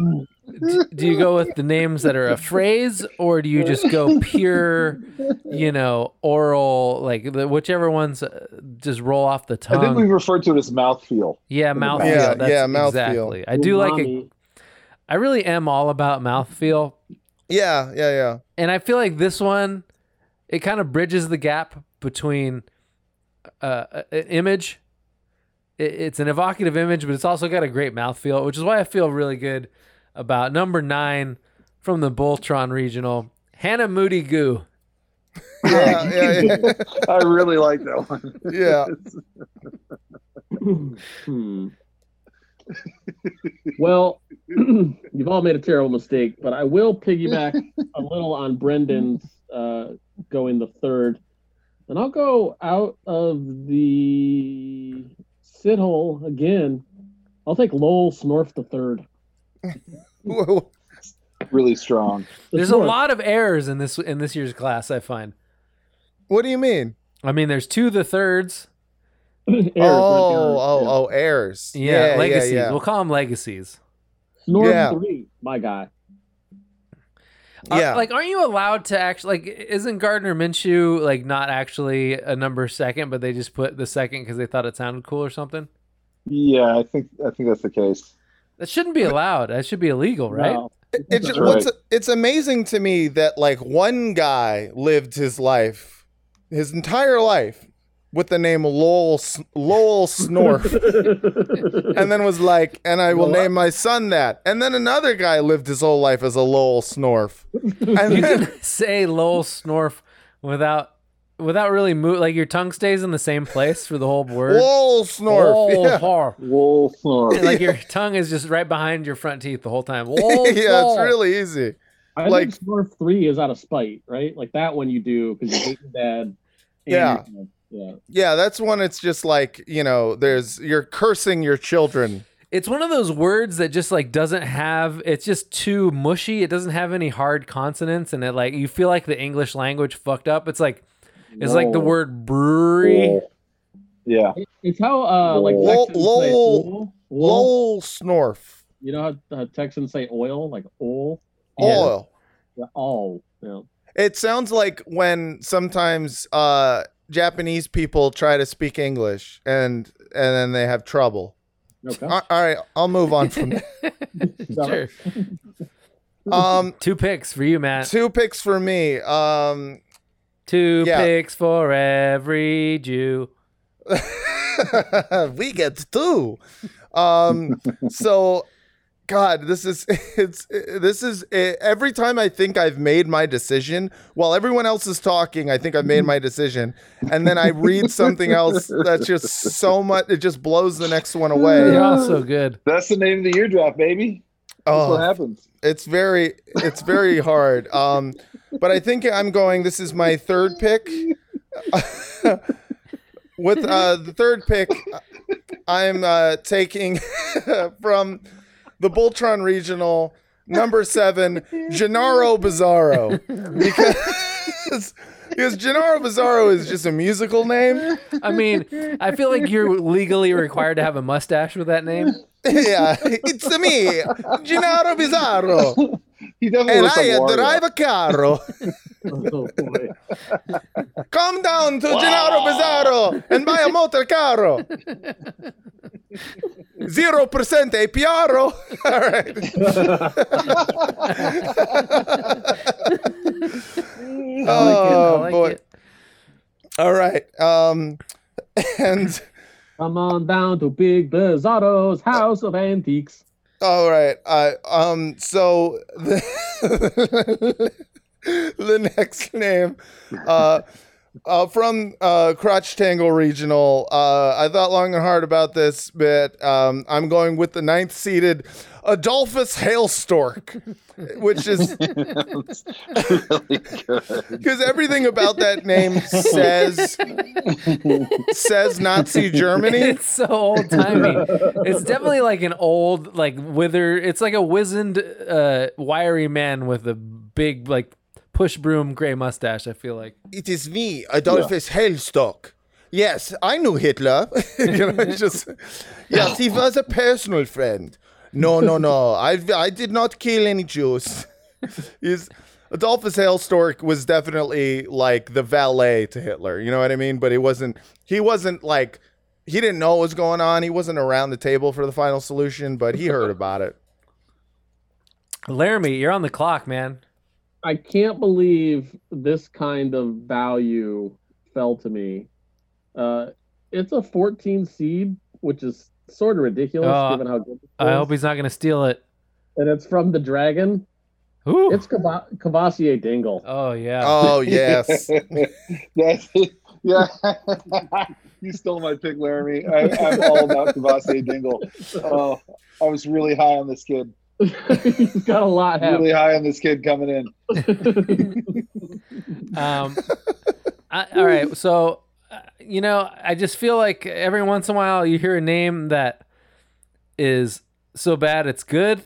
S2: do you go with the names that are a phrase, or do you just go pure, you know, oral, like the, whichever ones uh, just roll off the
S6: I
S3: Um,
S6: think we
S2: tongue?
S6: referred to it as mouthfeel.
S2: Yeah, mouthfeel.
S3: Yeah,
S2: that's
S3: yeah, mouthfeel.
S2: Exactly. I do like it.
S5: Umami.
S2: I really am all about mouthfeel,
S3: Yeah, yeah, yeah.
S2: and I feel like this one, it kind of bridges the gap between uh, a- an image. It, it's an evocative image, but it's also got a great mouthfeel, which is why I feel really good about number nine from the Boltron Regional, Hannah Moody Goo.
S3: Yeah, yeah, yeah.
S6: I really like that
S3: yeah.
S6: one.
S5: Hmm. well, you've all made a terrible mistake, but I will piggyback a little on Brendan's uh, going the third. And I'll go out of the sit hole again. I'll take Lowell Snorf the third.
S3: Whoa.
S6: Really strong.
S5: The
S2: There's a
S5: Snorf.
S2: lot of errors in this in this year's class. I find.
S3: What do you mean?
S2: I mean, there's two of the thirds.
S5: Errors, not
S3: oh,
S5: errors, yeah.
S3: oh, oh, errors.
S2: Yeah, legacies.
S3: yeah.
S2: We'll call them legacies.
S5: Snorf
S3: Yeah.
S5: three, my guy.
S2: Are-
S3: Yeah.
S2: Uh, like, aren't you allowed to actually like? Isn't Gardner Minshew like not actually a number second, but they just put the second because they thought it sounded cool or something?
S6: Yeah, I think I think that's the case.
S2: That shouldn't be allowed. That should be illegal, right?
S5: Wow.
S3: It ju-
S6: That's
S3: what's,
S6: right.
S3: it's amazing to me that like one guy lived his life, his entire life, with the name Lowell S- Lowell Snorf, and then was like, "And I will
S5: Well, I-
S3: name my son that." And then another guy lived his whole life as a Lowell Snorf, and
S2: You
S3: then,
S2: can say Lowell Snorf without without really move. Like your tongue stays in the same place for the whole word.
S3: Lowell Snorf.
S2: Lowell
S3: yeah.
S2: Snorf.
S6: Wool
S2: And, like your tongue is just right behind your front teeth the whole time. Lowell
S3: yeah, it's
S2: Snorf.
S3: really easy.
S5: I like,
S3: Like-
S5: think Smurf three is out of spite, right? Like that one you do because you hate your dad. and
S3: Yeah.
S5: your- yeah.
S3: Yeah, that's one. It's just like you know, there's you're cursing your children.
S2: It's one of those words that just like doesn't have it's just too mushy. It doesn't have any hard consonants and it like you feel like the English language fucked up. It's like it's like the
S6: Wool.
S2: word brewery.
S3: Oh,
S6: Wool. Yeah.
S5: It- It's how uh like
S6: Lol.
S5: Texans say
S3: Lol.
S5: oil. Oil.
S3: Lowell Snorf.
S5: You know how uh, Texans say oil, like oil,
S2: Yeah.
S3: Oil.
S5: yeah, all. Yeah.
S3: It sounds like when sometimes uh, Japanese people try to speak English and and then they have trouble.
S5: Okay.
S3: A- All right, I'll move on from that.
S2: sure.
S3: Um,
S2: Two picks for you, Matt.
S3: two picks for me. Um,
S2: Two
S3: Yeah.
S2: picks for every Jew.
S3: we get two. Um, so, God, this is it's this is eh, every time I think I've made my decision while everyone else is talking, I think I've made my decision, and then I read something else that's just so much it just blows the next one away.
S2: They're all so good.
S6: That's the name of the year draft, baby. That's what
S3: Oh,
S6: happens.
S3: it's very it's very hard. Um, but I think I'm going. This is my third pick. With uh, the third pick, uh, I'm uh, taking from the Boltron Regional number seven, Gennaro Bizarro, because because Gennaro Bizarro is just a musical name.
S2: I mean, I feel like you're legally required to have a mustache with that name.
S3: yeah, it's me, Gennaro Bizarro,
S6: He definitely
S2: e
S3: and
S6: looks
S3: I
S6: like Wario.
S3: drive a carro.
S5: Oh, boy.
S3: Come down to Gennaro Bizzaro and buy a motor carro. Zero percent APR. All right.
S2: I
S3: oh
S2: like
S3: boy.
S2: it.
S3: All right. Um, and
S5: Come on down to Big Bizarro's House of Antiques.
S3: all right. I um. So the, the next name, uh, uh, from uh, Crotch Tangle Regional. Uh, I thought long and hard about this, but um, I'm going with the ninth seeded Adolphus Hailstork, which is
S6: really good.
S3: because everything about that name says says Nazi Germany.
S2: It's so old timey. It's definitely like an old, like wither. It's like a wizened, uh, wiry man with a big, like push broom gray mustache. I feel like
S3: It is me, Adolphus Hellstock. Yes, I knew Hitler. you know, it's just yes, he was a personal friend. No, no, no. I I did not kill any Jews. He's Adolphus Hellstork was definitely like the valet to Hitler. You know what I mean? But he wasn't. He wasn't like he didn't know what was going on. He wasn't around the table for the final solution, but he heard about it.
S2: Laramie, you're on the clock, man.
S5: I can't believe this kind of value fell to me. Uh, it's a 14 seed, which is sort of ridiculous
S2: Uh,
S5: given how good. this
S2: I
S5: is.
S2: hope he's not gonna steal it.
S5: and it's from the Dragon.
S2: Ooh.
S5: It's Cava- Cavassier Dingle.
S2: oh yeah.
S3: Oh yes.
S6: That's Yeah. you stole my pick, Laramie. I, I'm all about Devase Dingle. Oh, I was really high on this kid.
S5: he's got a lot happening.
S6: Really high on this kid coming in.
S2: Um, I, all right. So, uh, you know, I just feel like every once in a while you hear a name that is so bad it's good.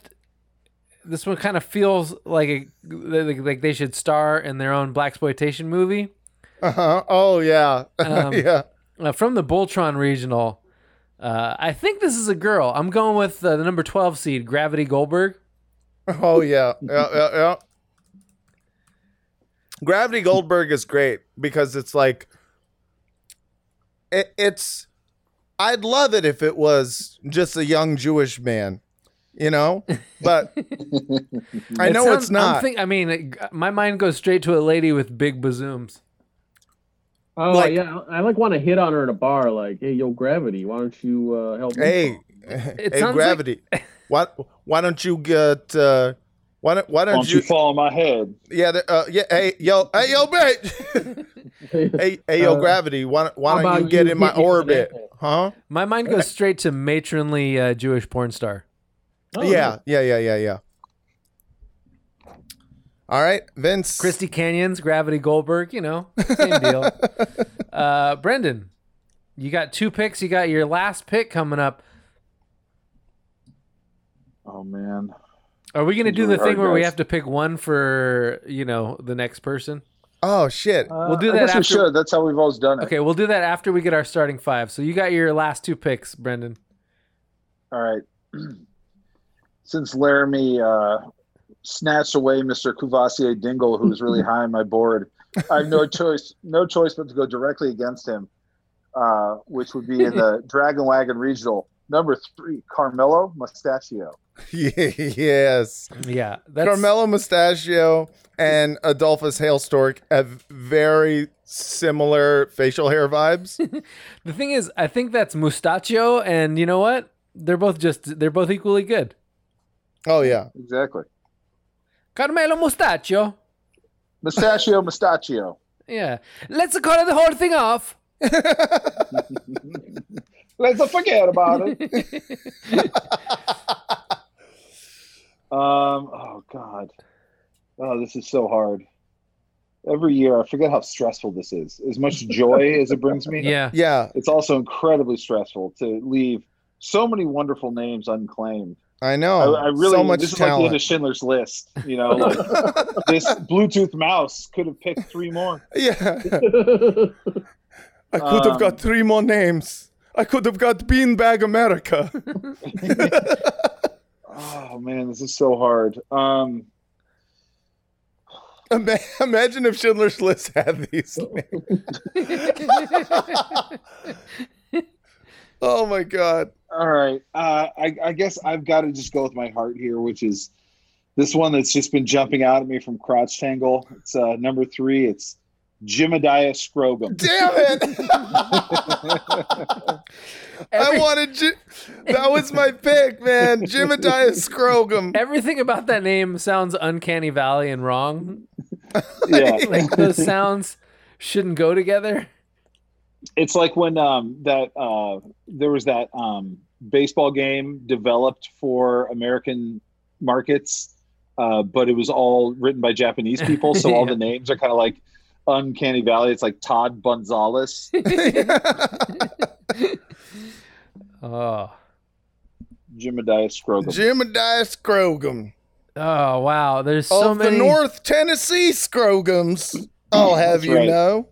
S2: This one kind of feels like a, like like they should star in their own black exploitation movie.
S3: Uh-huh. Oh yeah.
S2: Um,
S3: yeah.
S2: Uh, from the Boltron regional, uh, I think this is a girl. I'm going with uh, the number twelve seed, Gravity Goldberg.
S3: Oh yeah, yeah, yeah, yeah. Gravity Goldberg is great because it's like it, it's. I'd love it if it was just a young Jewish man, you know. But I
S2: It
S3: know
S2: sounds-
S3: it's
S2: I'm
S3: not.
S2: think- I mean, it- my mind goes straight to a lady with big bazooms.
S5: Oh
S3: Like-
S5: yeah, I like want to hit on her at a bar. Like, hey, yo, Gravity, why don't you uh, help me?
S3: hey,
S2: It
S3: hey,
S2: sounds like-
S3: Gravity. why why don't you get? Uh, why don't Why
S6: Why
S3: don't
S6: don't you
S3: you?
S6: fall on my head?
S3: Yeah, the- uh, yeah. Hey, yo, hey, yo, bitch. hey, hey, yo,
S5: Uh,
S3: Gravity. Why Why
S5: how
S3: don't you
S5: about
S3: get
S5: you
S3: in my
S5: hit me with an
S3: orbit,
S5: apple?
S3: huh?
S2: My mind goes straight to matronly uh, Jewish porn star.
S5: Oh,
S3: yeah, yeah, yeah, yeah, yeah. All right, Vince.
S2: Christy Canyons, Gravity Goldberg, you know, same deal. uh, Brendan, you got two picks. You got your last pick coming up.
S6: Oh man.
S2: Are we going to
S6: These
S2: do
S6: are
S2: the
S6: hard
S2: thing where we
S6: guys.
S2: have to pick one for, you know, the next person?
S3: Oh shit.
S6: Uh,
S2: do
S6: I
S2: that
S6: guess
S2: after-
S6: we should. That's how we've always done it.
S2: Okay, we'll do that after we get our starting five. So you got your last two picks, Brendan.
S6: All right. Since Laramie uh, snatched away Mr. Cuvassier Dingle, who was really high on my board, I have no choice, no choice but to go directly against him, uh, which would be in the Dragon Wagon Regional. Number three, Carmelo Mustachio.
S3: yes.
S2: Yeah, that's
S3: Carmelo Mustachio and Adolphus Hale Stork have very similar facial hair vibes.
S2: the thing is. I think that's Mustachio, and you know what? They're both just they're both equally good.
S3: oh yeah.
S6: Exactly.
S2: Carmelo Mustachio.
S6: Mustachio, mustachio.
S2: Yeah, let's cut the whole thing off.
S6: Let's not forget about it. Um, oh God. Oh, this is so hard. Every year, I forget how stressful this is. As much joy as it brings me,
S2: yeah,
S3: Yeah,
S6: it's also incredibly stressful to leave so many wonderful names unclaimed.
S3: I know.
S6: I, I really
S3: Oh, so much
S6: this is like the
S3: talent.
S6: end of Schindler's List. You know, like this Bluetooth mouse could have picked three more.
S3: yeah. I could have
S6: Um,
S3: got three more names. I could have got Beanbag America.
S6: Oh man, this is so hard. Um,
S3: Ima- Imagine if Schindler's List had these. names. oh my god.
S6: all right, uh, I, I guess I've got to just go with my heart here, which is this one that's just been jumping out at me from Crotch Tangle. It's uh, number three. It's Jimadiah Scrogum.
S3: Damn it! I
S2: Every-
S3: wanted Ji that was my pick, man. Jimadiah Scrogum.
S2: everything about that name sounds uncanny valley and wrong.
S6: Yeah.
S2: Like those sounds shouldn't go together.
S6: it's like when um, that uh, there was that um, baseball game developed for American markets, uh, but it was all written by Japanese people, so all
S2: Yeah.
S6: the names are kind of like Uncanny Valley. It's like Todd Gonzalez.
S2: Oh.
S6: Jimadiah Scrogum.
S3: Jimadiah Scrogum.
S2: Oh wow, there's so
S3: of
S2: many
S3: the North Tennessee Scrogums. I'll have
S6: That's
S3: you
S6: right.
S3: know.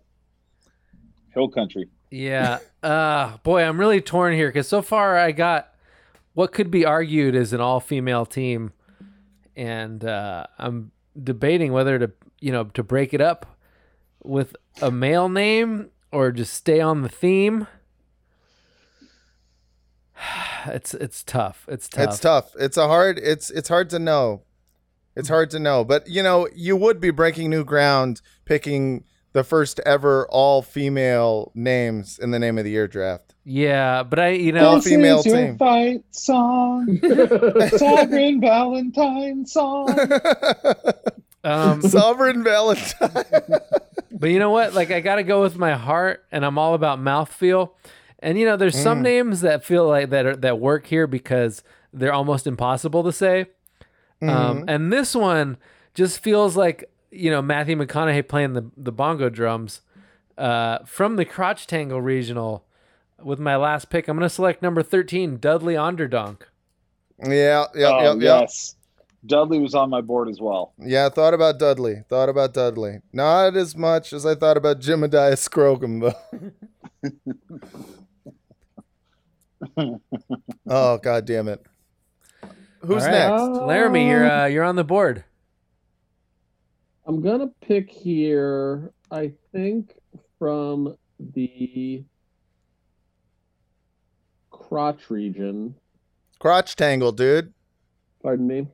S6: Hill Country.
S2: Yeah. Uh boy, I'm really torn here cuz so far I got what could be argued as an all-female team and uh I'm debating whether to, you know, to break it up with a male name or just stay on the theme. It's it's tough. It's tough.
S3: It's tough. It's a hard. It's it's hard to know. It's hard to know, but you know, you would be breaking new ground picking the first ever all female names in the name of the year draft.
S2: Yeah, but I you know
S3: All female
S6: This is your
S3: team.
S6: fight song, Sovereign Valentine song.
S2: um
S3: Sovereign Valentine.
S2: But you know what? Like I gotta go with my heart, and I'm all about mouthfeel. And you know, there's some names that feel like that are, that work here because they're almost impossible to say. Um, and this one just feels like you know Matthew McConaughey playing the the bongo drums uh, from the Crotch Tangle Regional. With my last pick, I'm gonna select number 13, Dudley Onderdonk.
S3: Mm-hmm. yeah, yeah,
S6: Oh,
S3: yeah, yeah.
S6: yes. Dudley was on my board as well.
S3: Yeah, I thought about Dudley. Thought about Dudley. Not as much as I thought about Jimadiah Scrogum, though. oh god damn it! Who's
S2: All right.
S3: next?
S2: Laramie, you're uh, you're on the board.
S5: I'm gonna pick here. I think from the crotch region.
S3: Crotch tangle, dude.
S5: Pardon me.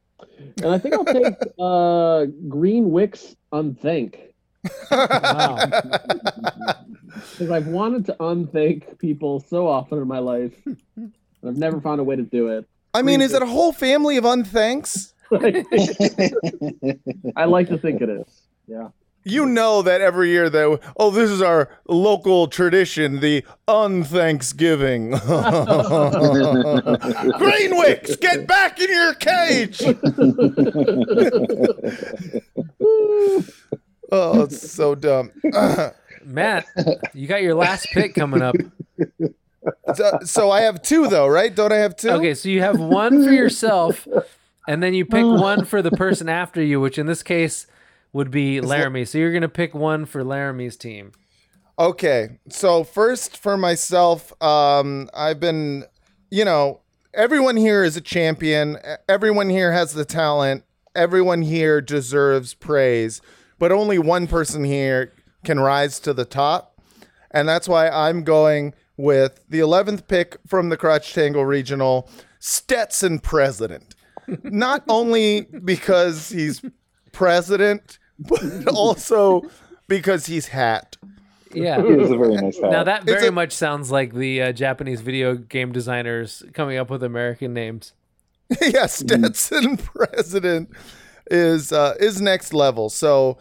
S5: And I think I'll take uh, Green Wicks Unthink because I've wanted to unthink people so often in my life, and I've never found a way to do it.
S3: I mean, is it a whole family of unthanks?
S5: I like to think it is. Yeah.
S3: You know that every year that oh, this is our local tradition, the unthanksgiving. Greenwicks, get back in your cage. oh, it's so dumb.
S2: Matt, you got your last pick coming up.
S3: so, so I have two though, right? Don't I have two?
S2: Okay, so you have one for yourself, and then you pick one for the person after you, which in this case would be Laramie. So you're gonna pick one for Laramie's team.
S3: Okay. So first for myself, um, I've been, you know, everyone here is a champion. E- Everyone here has the talent. Everyone here deserves praise, but only one person here can rise to the top. And that's why I'm going with the 11th pick from the Crotch Tangle Regional, Stetson President. not only because he's president, but also because he's hat.
S2: Yeah.
S6: It was a very nice hat.
S2: Now that
S3: It's
S2: very
S3: a-
S2: much sounds like the uh, Japanese video game designers coming up with American names.
S3: yeah, Stetson president is uh, is next level. So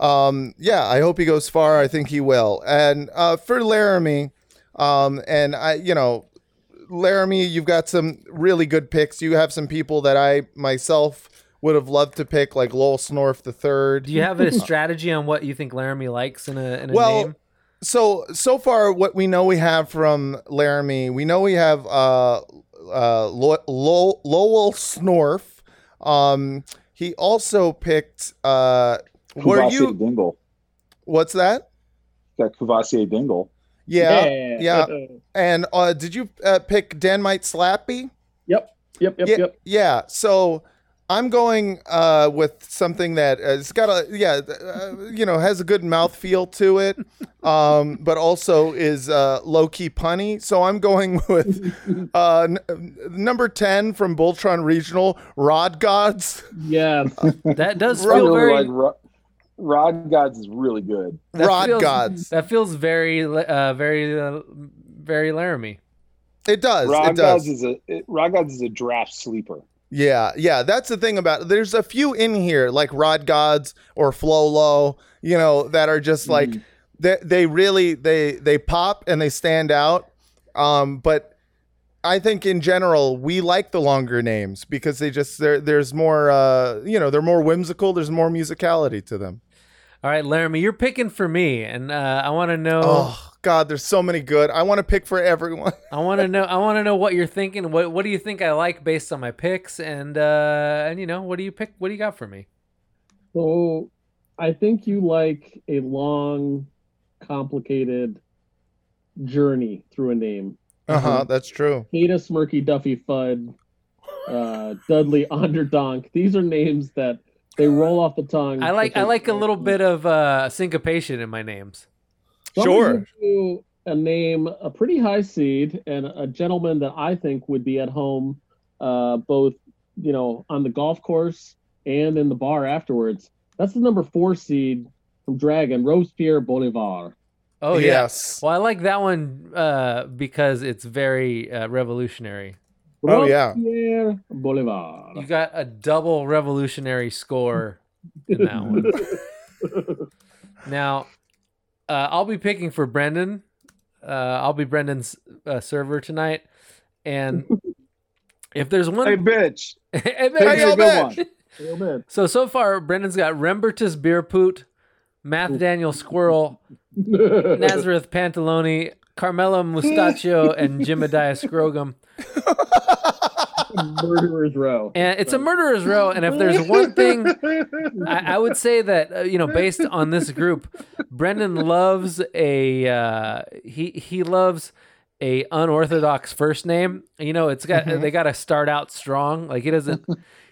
S3: um, yeah, I hope he goes far. I think he will. And uh, for Laramie, um, and I, you know, Laramie, you've got some really good picks. You have some people that I myself would have loved to pick, like Lowell Snorf the third.
S2: Do you have a strategy on what you think Laramie likes in a, in a
S3: Well,
S2: name?
S3: so so far what we know we have from laramie we know we have uh uh Lo- Lo- lowell snorf um he also picked uh were
S6: Kuvasi
S3: you
S6: Dingle?
S3: what's that
S6: That Kuvasi Dingle.
S3: yeah, yeah. and uh did you uh, pick danmite slappy
S5: Yep, yep,
S3: yeah,
S5: yep.
S3: yeah so i'm going uh with something that uh, it's got a yeah uh, you know has a good mouth feel to it um but also is uh low-key punny so i'm going with uh n- n- number 10 from boltron regional rod gods
S5: Yes.
S2: That does
S6: I
S2: feel
S6: really
S2: very.
S6: like Ro- Rod Gods is really good.
S2: that
S3: rod
S2: feels-
S3: gods
S2: That feels very, uh, very, uh, very Laramie.
S3: it does
S6: Rod
S3: it does
S6: Gods is a it, Rod Gods is a draft sleeper.
S3: Yeah, yeah, that's the thing about there's a few in here like Rod Gods or Flolo, you know, that are just like
S2: Mm-hmm.
S3: they they really they they pop and they stand out. Um but I think in general we like the longer names because they just there there's more uh you know, they're more whimsical, there's more musicality to them.
S2: All right, Laramie, you're picking for me, and uh, I want to know.
S3: Oh god, there's so many good. I want to pick for everyone.
S2: I want to know. I want to know what you're thinking. What What do you think I like based on my picks? And uh, and you know, what do you pick? What do you got for me?
S5: So I think you like a long, complicated journey through a name.
S2: Mm-hmm.
S3: Uh-huh, that's true.
S5: Kata Smirky Duffy Fudd, uh, Dudley Onderdonk. These are names that they roll off the tongue.
S2: I like I like a little bit of uh, syncopation in my names.
S3: Sure.
S5: do A name, a pretty high seed, and a gentleman that I think would be at home, uh, both you know on the golf course and in the bar afterwards. That's the number four seed from Dragon, Robespierre Bolivar.
S2: Oh yeah.
S3: yes.
S2: Well, I like that one uh, because it's very uh, revolutionary.
S3: Oh, yeah.
S5: Robespierre Bolivar.
S2: You got a double revolutionary score in that one. now, uh, I'll be picking for Brendan. Uh, I'll be Brendan's uh, server tonight, and if there's
S6: Hey,
S2: one,
S6: bitch!
S2: Hey,
S6: Pick
S2: man.
S6: a
S3: old
S6: good
S3: bitch.
S6: one.
S5: A little bit.
S2: so so far Brendan's got Rembertus Beerpoot, Math Daniel Squirrel, Nazareth Pantaloni, Carmelo Mustachio, and Jimadiah Scrogum.
S5: Murderer's Row.
S2: And it's a murderer's row. And if there's one thing, I, I would say that uh, you know, based on this group, Brendan loves a uh, he he loves a unorthodox first name. You know, it's got they got to start out strong. Like he doesn't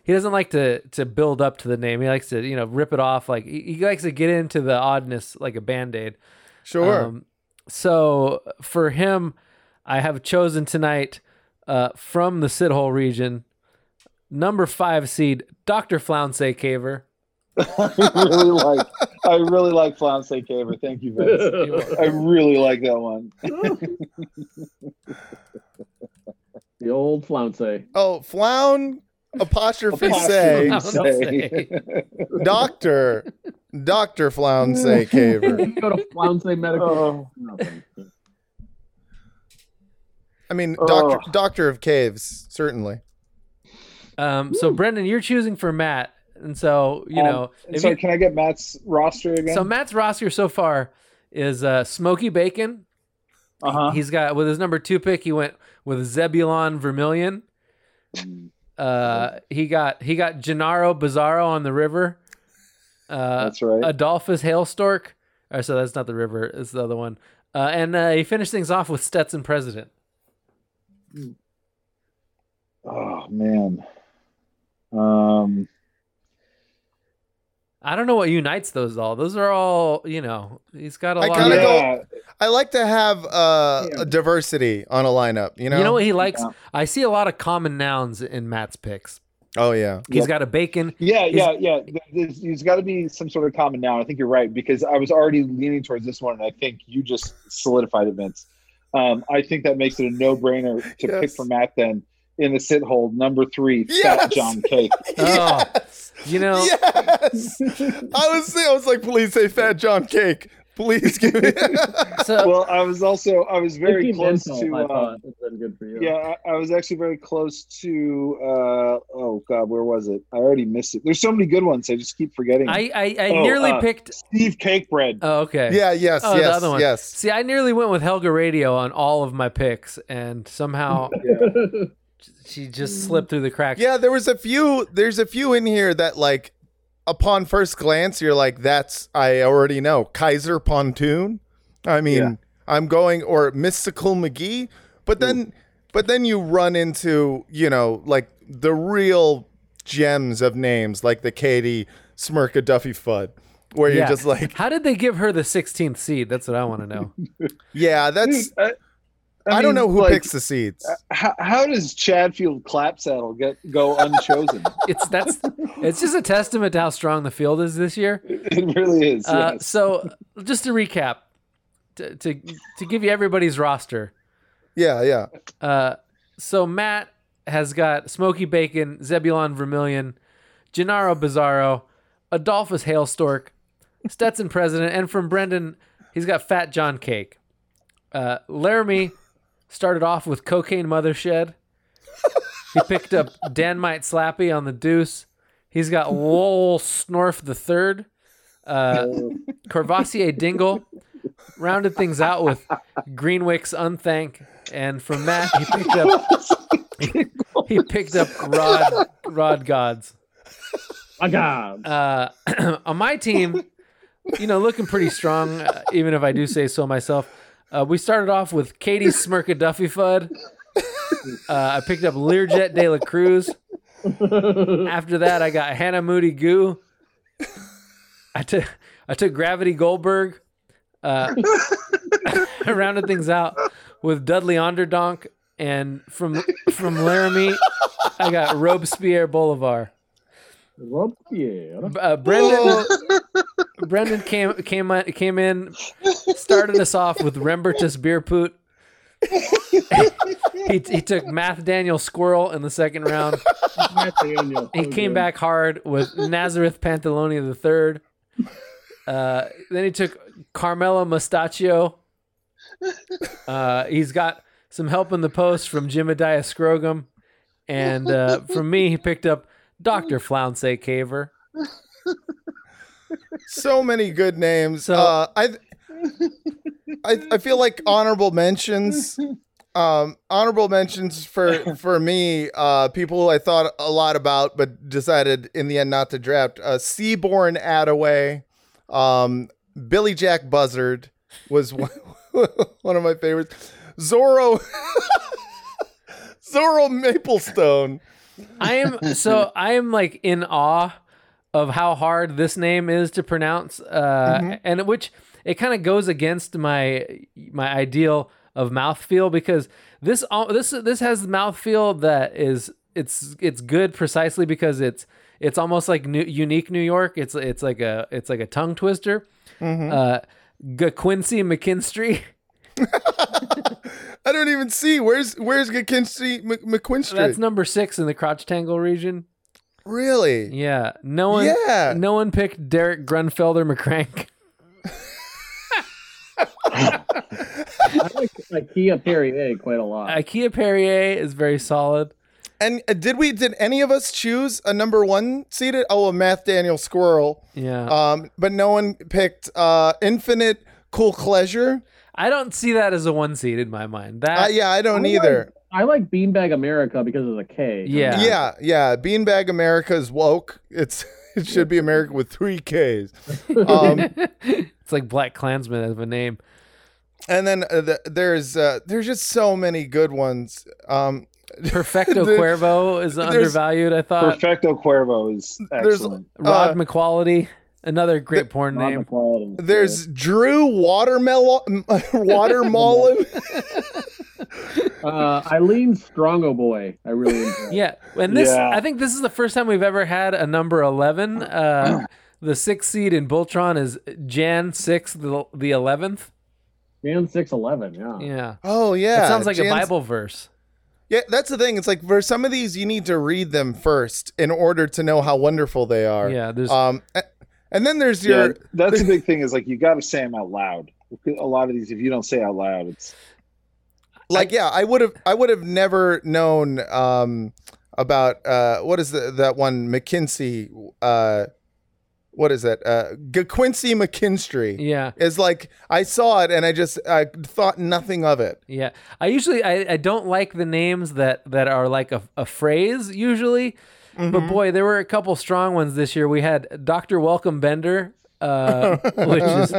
S2: he doesn't like to to build up to the name. He likes to you know rip it off. Like he, he likes to get into the oddness like a band aid.
S3: Sure.
S2: Um, so for him, I have chosen tonight uh, from the Sit Hole region, number five seed, Dr. Flounce Caver.
S6: I really like I really like Flounce Caver. Thank you, Vince. I really like that one.
S5: the old flounce.
S3: oh, flown apostrophe say.
S6: Apostrophe.
S2: Flounce.
S3: Doctor, Doctor Flounce Caver.
S5: You go to flounce medical.
S6: Oh,
S3: I mean,
S6: Oh.
S3: Doctor, Doctor of Caves, certainly.
S2: Um, so Brendan, you're choosing for Matt. And so, you
S6: Um,
S2: know, if
S6: so
S2: you-
S6: can I get Matt's roster again?
S2: so Matt's roster so far is uh, Smoky Bacon.
S6: uh-huh.
S2: He's got, with his number two pick, he went with Zebulon Vermilion.
S6: Mm.
S2: Uh, he got he got Gennaro Bizarro on the river. Uh,
S6: That's right.
S2: Adolphus Hailstork. Or so that's not the river. It's the other one. Uh, and uh, he finished things off with Stetson President.
S6: oh man. Um
S2: I don't know what unites those all. Those are all you know. He's got a
S3: I
S2: lot.
S3: Gotta
S2: of,
S3: go-
S6: yeah,
S3: I like to have uh,
S6: Yeah.
S3: a diversity on a lineup. You
S2: you,
S3: know.
S2: know, what he likes?
S6: Yeah.
S2: I see a lot of common nouns in Matt's picks.
S3: Oh yeah.
S2: He's got a bacon.
S6: Yeah,
S2: Is-
S6: yeah, yeah. Th- There's, there's got to be some sort of common noun. I think you're right because I was already leaning towards this one, and I think you just solidified it, Vince. Um, I think that makes it a no-brainer to pick
S3: Yes.
S6: for Matt then in the sit hold number three,
S3: Yes!
S6: Fat John Cake.
S2: Oh, you know,
S3: Yes. I was I was like, please say Fat John Cake. Please give me.
S2: so
S6: well, I was also I was very
S5: It's an
S6: close
S5: insult,
S6: to.
S5: I
S6: um,
S5: thought. It's been good for you.
S6: yeah, I, I was actually very close to. Uh, oh God, where was it? I already missed it. There's so many good ones. I just keep forgetting.
S2: I I, I
S6: Oh,
S2: nearly
S6: uh,
S2: picked.
S6: Steve Cake Bread.
S2: Oh, okay.
S3: yeah. Yes.
S2: Oh, the
S3: yes.
S2: other one.
S3: Yes.
S2: See, I nearly went with Helga Radio on all of my picks, and somehow she just slipped through the cracks.
S3: Yeah. There was a few. There's a few in here that like, upon first glance, you're like, that's I already know Kaiser Pontoon. I mean,
S6: Yeah.
S3: I'm going or Mystical McGee. But then, but then you run into you know like the real gems of names like the Katie Smirka Duffy Fudd, where you're
S2: Yeah.
S3: just like,
S2: How did they give her the 16th seed? That's what I want to know.
S3: yeah, that's.
S6: Dude, I,
S3: I, don't
S6: mean,
S3: know who
S6: like,
S3: picks the seeds.
S6: How, Uh, how does Chadfield clap saddle get go unchosen?
S2: It's that's it's just a testament to how strong the field is this year.
S6: it really is.
S2: Uh,
S6: yes.
S2: So, just to recap, to, to to give you everybody's roster.
S3: yeah, yeah.
S2: Uh, so Matt has got Smoky Bacon, Zebulon Vermilion, Gennaro Bizarro, Adolphus Hailstork, Stetson President, and from Brendan, he's got Fat John Cake. Uh, Laramie started off with Cocaine Mother Shed. He picked up Danmite Slappy on the deuce. He's got Lowell Snorf the third. Uh, Corvassier Dingle rounded things out with Greenwick's Unthank, and from that he picked up he picked up Rod Rod Gods.
S5: My God.
S2: Uh, on my team, you know, looking pretty strong, uh, even if I do say so myself. Uh, we started off with Katie Smirka Duffy Fudd. Uh, I picked up Learjet De La Cruz. After that, I got Hannah Moody Goo. I took I took Gravity Goldberg. Uh, I rounded things out with Dudley Onderdonk, and from from Laramie, I got Robespierre Boulevard.
S5: Rob Pierre.
S2: Uh, Brendan Brendan came came on- came in, started us off with Rembertus Beer Poot. he, he took Math Daniel Squirrel in the second round.
S5: Matt Daniel.
S2: He
S5: So
S2: came
S5: good.
S2: back hard with Nazareth Pantalonia the third. Uh, then he took Carmelo Mustachio. Uh, he's got some help in the post from Jimadiah Scrogum, and uh, from me he picked up Doctor Flounce Caver.
S3: So many good names.
S2: So-
S3: uh, I, I, I feel like honorable mentions. Um, honorable mentions for for me, uh, people who I thought a lot about but decided in the end not to draft. Uh, Seaborn Attaway, um, Billy Jack Buzzard was one, one of my favorites. Zorro, Zorro Maplestone.
S2: I am so I am like in awe of how hard this name is to pronounce, uh, and which it kind of goes against my my ideal of mouthfeel because this al- this this has mouthfeel that is it's it's good precisely because it's it's almost like new, unique New York. It's it's like a it's like a tongue twister.
S3: Mm-hmm.
S2: Uh, Gaquincy McKinstry.
S3: I don't even see where's where's McKinstry McQuinstry.
S2: That's number six in the crotch tangle region.
S3: really
S2: Yeah, no one.
S3: Yeah.
S2: no one picked Derek Grunfelder McCrank.
S5: I like IKEA Perrier quite a lot.
S2: IKEA Perrier is very solid.
S3: And uh, did we? Did any of us choose a number one seeded? Oh, a Math Daniel Squirrel.
S2: Yeah,
S3: Um, but no one picked uh, Infinite Cool Pleasure.
S2: I don't see that as a one seed in my mind.
S3: Uh,
S2: That
S3: yeah, I don't
S5: I
S3: either.
S5: I like Beanbag America because of the K.
S2: Yeah.
S3: yeah, yeah. Beanbag America is woke. It's it should be America with three Ks. Um,
S2: it's like Black Klansman of a name.
S3: and then uh, the, there's uh, there's just so many good ones. Um,
S2: Perfecto
S3: There-
S2: Cuervo is
S3: there's-
S2: undervalued. I thought
S6: Perfecto Cuervo is
S3: uh, There's-
S6: excellent.
S2: Rod
S3: uh,
S2: McQuality, another great porn
S5: Not the
S2: name.
S5: quality.
S3: there's Drew Watermelon Watermelon.
S5: Uh, Eileen Strongo Boy. I really enjoy.
S2: Yeah, and this
S6: Yeah.
S2: I think this is the first time we've ever had a number eleven. Uh, the sixth seed in Boltron is Jan six, the the eleventh.
S5: Jan six eleven. Yeah.
S2: Yeah,
S3: Oh yeah,
S2: it sounds like a
S3: Jan's-
S2: Bible verse.
S3: Yeah, that's the thing. It's like for some of these, you need to read them first in order to know how wonderful they are.
S2: Yeah, there's
S3: Um, a- and then there's
S6: Yeah,
S3: your
S6: that's the big thing is like you got to say them out loud. A lot of these, if you don't say out loud, it's
S3: like, yeah, I would have, I would have never known um about uh what is the, that one McKinsey uh what is that uh Quincy McKinstry
S2: yeah,
S3: is like I saw it and I just I thought nothing of it.
S2: yeah. I usually I, I don't like the names that that are like a, a phrase usually,
S3: Mm-hmm.
S2: but boy, there were a couple strong ones this year. We had Doctor Welcome Bender. Uh, which is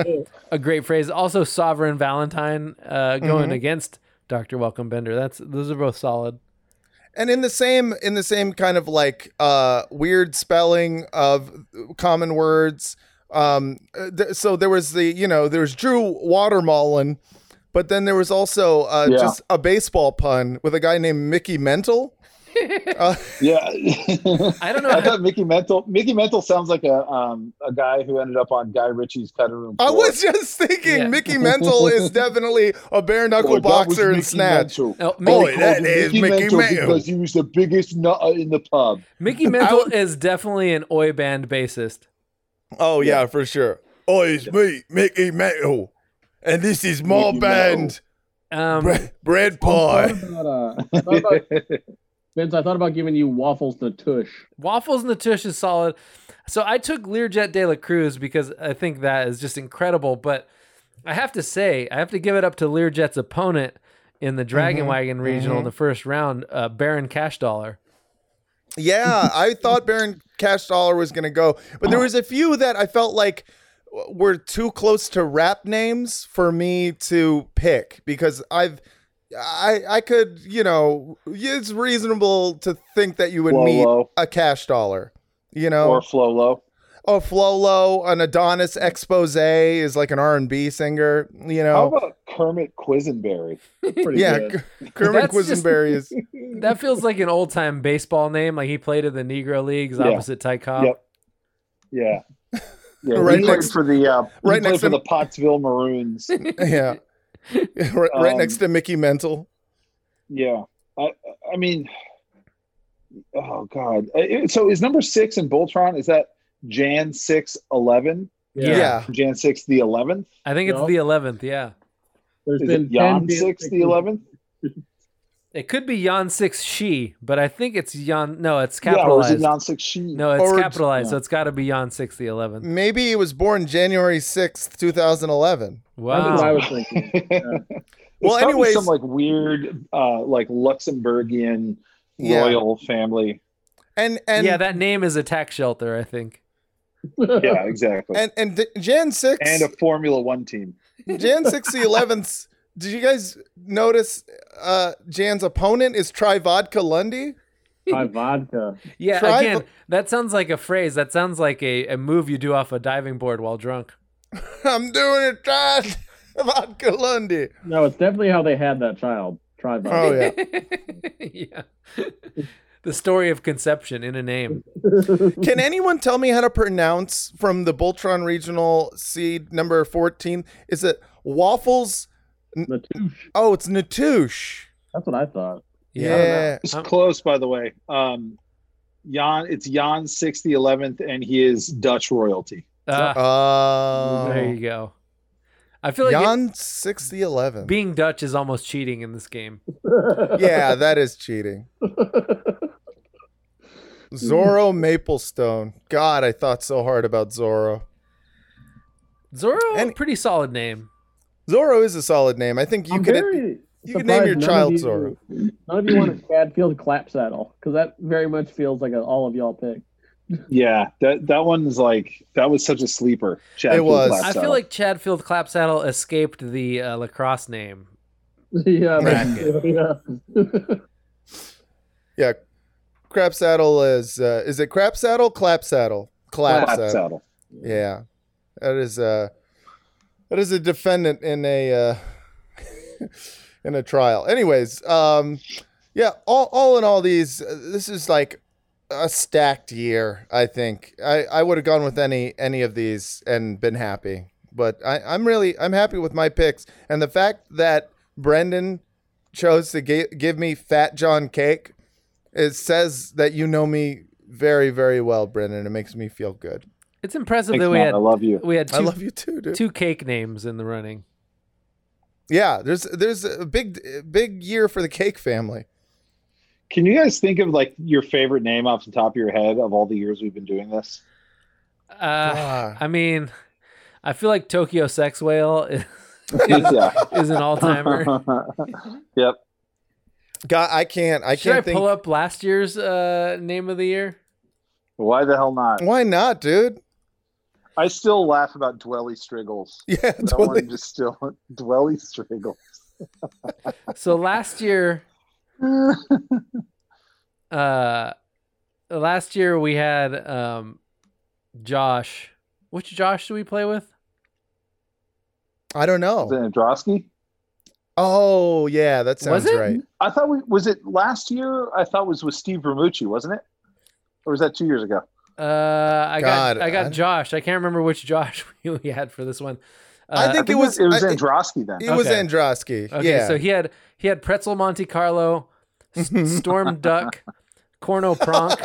S2: a great phrase. Also, Sovereign Valentine uh, going against Doctor Welcome Bender. That's those are both solid.
S3: and in the same in the same kind of like uh weird spelling of common words um uh, th- so there was the you know there was drew watermelon but then there was also uh
S6: Yeah.
S3: just a baseball pun with a guy named mickey mental uh,
S6: yeah.
S2: I don't know.
S6: I
S2: how-
S6: thought Mickey Mental. Mickey Mental sounds like a um a guy who ended up on Guy Ritchie's cutting room.
S3: i
S6: floor.
S3: was just thinking
S2: Yeah.
S3: mickey mental is definitely a bare knuckle
S6: Or that was
S3: boxer in
S6: Mickey
S3: snatch
S6: Mental.
S2: Oh,
S6: They
S3: Boy,
S2: Mickey,
S6: called
S3: that
S6: him
S3: is Mickey
S6: Mental
S3: Mental.
S6: because he was the biggest nut in the pub.
S2: Mickey Mental is definitely an oi band bassist.
S3: oh yeah, for sure oh it's me mickey mental and this is my
S6: Mickey Mantle.
S2: Um,
S3: bread
S5: I thought about, uh, I thought about, Vince, I thought about giving you waffles to tush.
S2: Waffles in the Tush is solid. So I took Learjet de la Cruz because I think that is just incredible. But I have to say, I have to give it up to Learjet's opponent in
S6: Mm-hmm.
S2: the Dragon Wagon regional in the first round, uh, Baron Cash Dollar.
S3: Yeah, I thought Baron Cash Dollar was gonna go, but there was a few that I felt like w- were too close to rap names for me to pick because I've I I could you know it's reasonable to think that you would meet
S6: Flolo
S3: a Cash Dollar, you know,
S6: or Flolo.
S3: a Flolo, an Adonis expose is like an R and B singer, you
S6: How
S3: know.
S6: about Kermit Quisenberry?
S5: Pretty
S3: Yeah,
S5: good.
S3: Kermit
S2: That's just-
S3: Quisenberry is
S2: That feels like an old time baseball name. Like he played in the Negro Leagues
S6: Yeah.
S2: opposite Ty Cobb.
S6: Yep. Yeah. Yeah,
S3: Right
S6: he played
S3: next-
S6: for the uh, he
S3: right
S6: played
S3: next
S6: for
S3: to-
S6: the Pottsville Maroons.
S3: yeah, right, right
S6: Um,
S3: next to Mickey Mental.
S6: Yeah, I I mean, oh god. It- So is number six in Boltron? Is that Jan six eleven?
S2: Yeah.
S3: yeah.
S6: Jan six the eleventh?
S2: I think it's
S5: No.
S2: the 11th. Yeah.
S5: There's
S6: Is
S5: been
S6: it Jan
S5: 10
S6: six the eleventh?
S2: It could be Yon Six She, but I think it's Yon. No, it's
S6: Yeah, or is
S2: capitalized.
S6: it Jan six she?
S2: no, it's
S3: or-
S2: capitalized,
S6: yeah.
S2: so it's got to be Yon Six the Eleventh.
S3: Maybe he was born January 6th, 2011.
S5: That's what I
S2: Wow.
S5: was thinking.
S3: Well,
S6: well, anyway,
S3: anyways-
S6: some like weird, uh, like Luxembourgian
S3: Yeah.
S6: royal family.
S3: And and
S2: yeah, that name is a tax shelter. I think.
S6: Yeah, exactly.
S3: and and D- Jan 6
S6: And a Formula One team.
S3: Jan 6 the 11th. Did you guys notice uh Jan's opponent is Try Vodka Lundy?
S5: My vodka.
S2: Yeah.
S3: Try
S2: again,
S3: the-
S2: that sounds like a phrase. That sounds like a, a move you do off a diving board while drunk.
S3: I'm doing it Try Vodka Lundy.
S5: No, it's definitely how they had that child. Try
S3: Oh
S5: vodka.
S3: yeah.
S2: yeah. the story of conception in a name.
S6: Oh,
S3: Can anyone tell me how to pronounce from the Boltron Regional seed number 14? Is it waffles?
S5: The tush.
S3: Oh, it's Natouche.
S5: That's what I thought.
S2: Yeah. I don't know.
S3: Yeah.
S6: It's
S2: Um,
S6: close, by the way. Um, Jan, it's Jan six the eleventh, and he is Dutch royalty.
S2: Ah,
S3: Oh.
S2: there you go. I feel like it-
S3: Jan 6 the 11th.
S2: being Dutch is almost cheating in this game.
S3: yeah, that is cheating.
S5: Mm.
S3: Zorro Maplestone. God, I thought so hard about Zorro.
S2: Zorro,
S3: And-
S2: pretty solid name.
S3: Zorro is a solid name. I think you
S5: I'm
S3: could.
S5: very
S3: you could name your
S5: surprised none
S3: child
S5: of you-
S3: Zorro.
S5: None of you want a Cadfield clap saddle because that very much feels like a, all of y'all pick.
S6: Yeah, that that one's like that was such a sleeper. Chad
S3: It was.
S6: Fieldglass
S2: I
S6: style.
S2: feel like Chadfield Clapsaddle escaped the uh, lacrosse name.
S5: yeah.
S2: Bracket.
S5: yeah.
S3: Yeah, crap saddle is. Uh, is it crap saddle? Clap saddle. Clap,
S6: Clap
S3: saddle.
S6: saddle.
S3: Yeah, that is. Uh, that is a defendant in a. Uh, in a trial. Anyways, um, yeah, all, all in all, these uh, this is like a stacked year. I think I, I would have gone with any any of these and been happy. But I, I'm really I'm happy with my picks and the fact that Brendan chose to ga- give me Fat John cake. It says that you know me very very well, Brendan. It makes me feel good.
S2: It's impressive
S6: Thanks,
S2: that we
S6: Matt.
S2: had
S6: I love you.
S2: we had
S3: I
S2: two,
S3: love you too, dude.
S2: two cake names in the running.
S3: Yeah, there's there's a big big year for the cake family.
S4: Can you guys think of like your favorite name off the top of your head of all the years we've been doing this?
S2: Uh,
S3: Ah.
S2: I mean, I feel like Tokyo Sex Whale is,
S6: yeah.
S2: is an all timer.
S6: yep.
S3: God, I can't I
S2: Should I
S3: can't think.
S2: pull up last year's uh, name of the year?
S6: Why the hell not?
S3: Why not, dude?
S6: I still laugh about Dwelly Striggles.
S3: Yeah,
S6: That
S3: totally.
S6: one just still Dwelly Striggles.
S2: So last year, uh, last year we had um, Josh. Which Josh do we play with?
S3: I don't
S6: Was it
S3: know.
S6: Androsky?
S3: Oh yeah, that sounds
S2: Was it?
S3: right.
S6: I thought we was it last year. I thought it was with Steve Vermucci, wasn't it? Or was that two years ago?
S2: Uh, I
S3: God,
S2: got I got
S3: I-
S2: Josh. I can't remember which Josh we, we had for this one.
S3: I
S2: Uh,
S3: think it was
S6: it was
S3: I-
S6: Androsky then.
S3: It was
S2: Okay.
S3: Androsky.
S2: okay.
S3: yeah.
S2: So he had he had pretzel Monte Carlo, s- storm duck, corno pronk,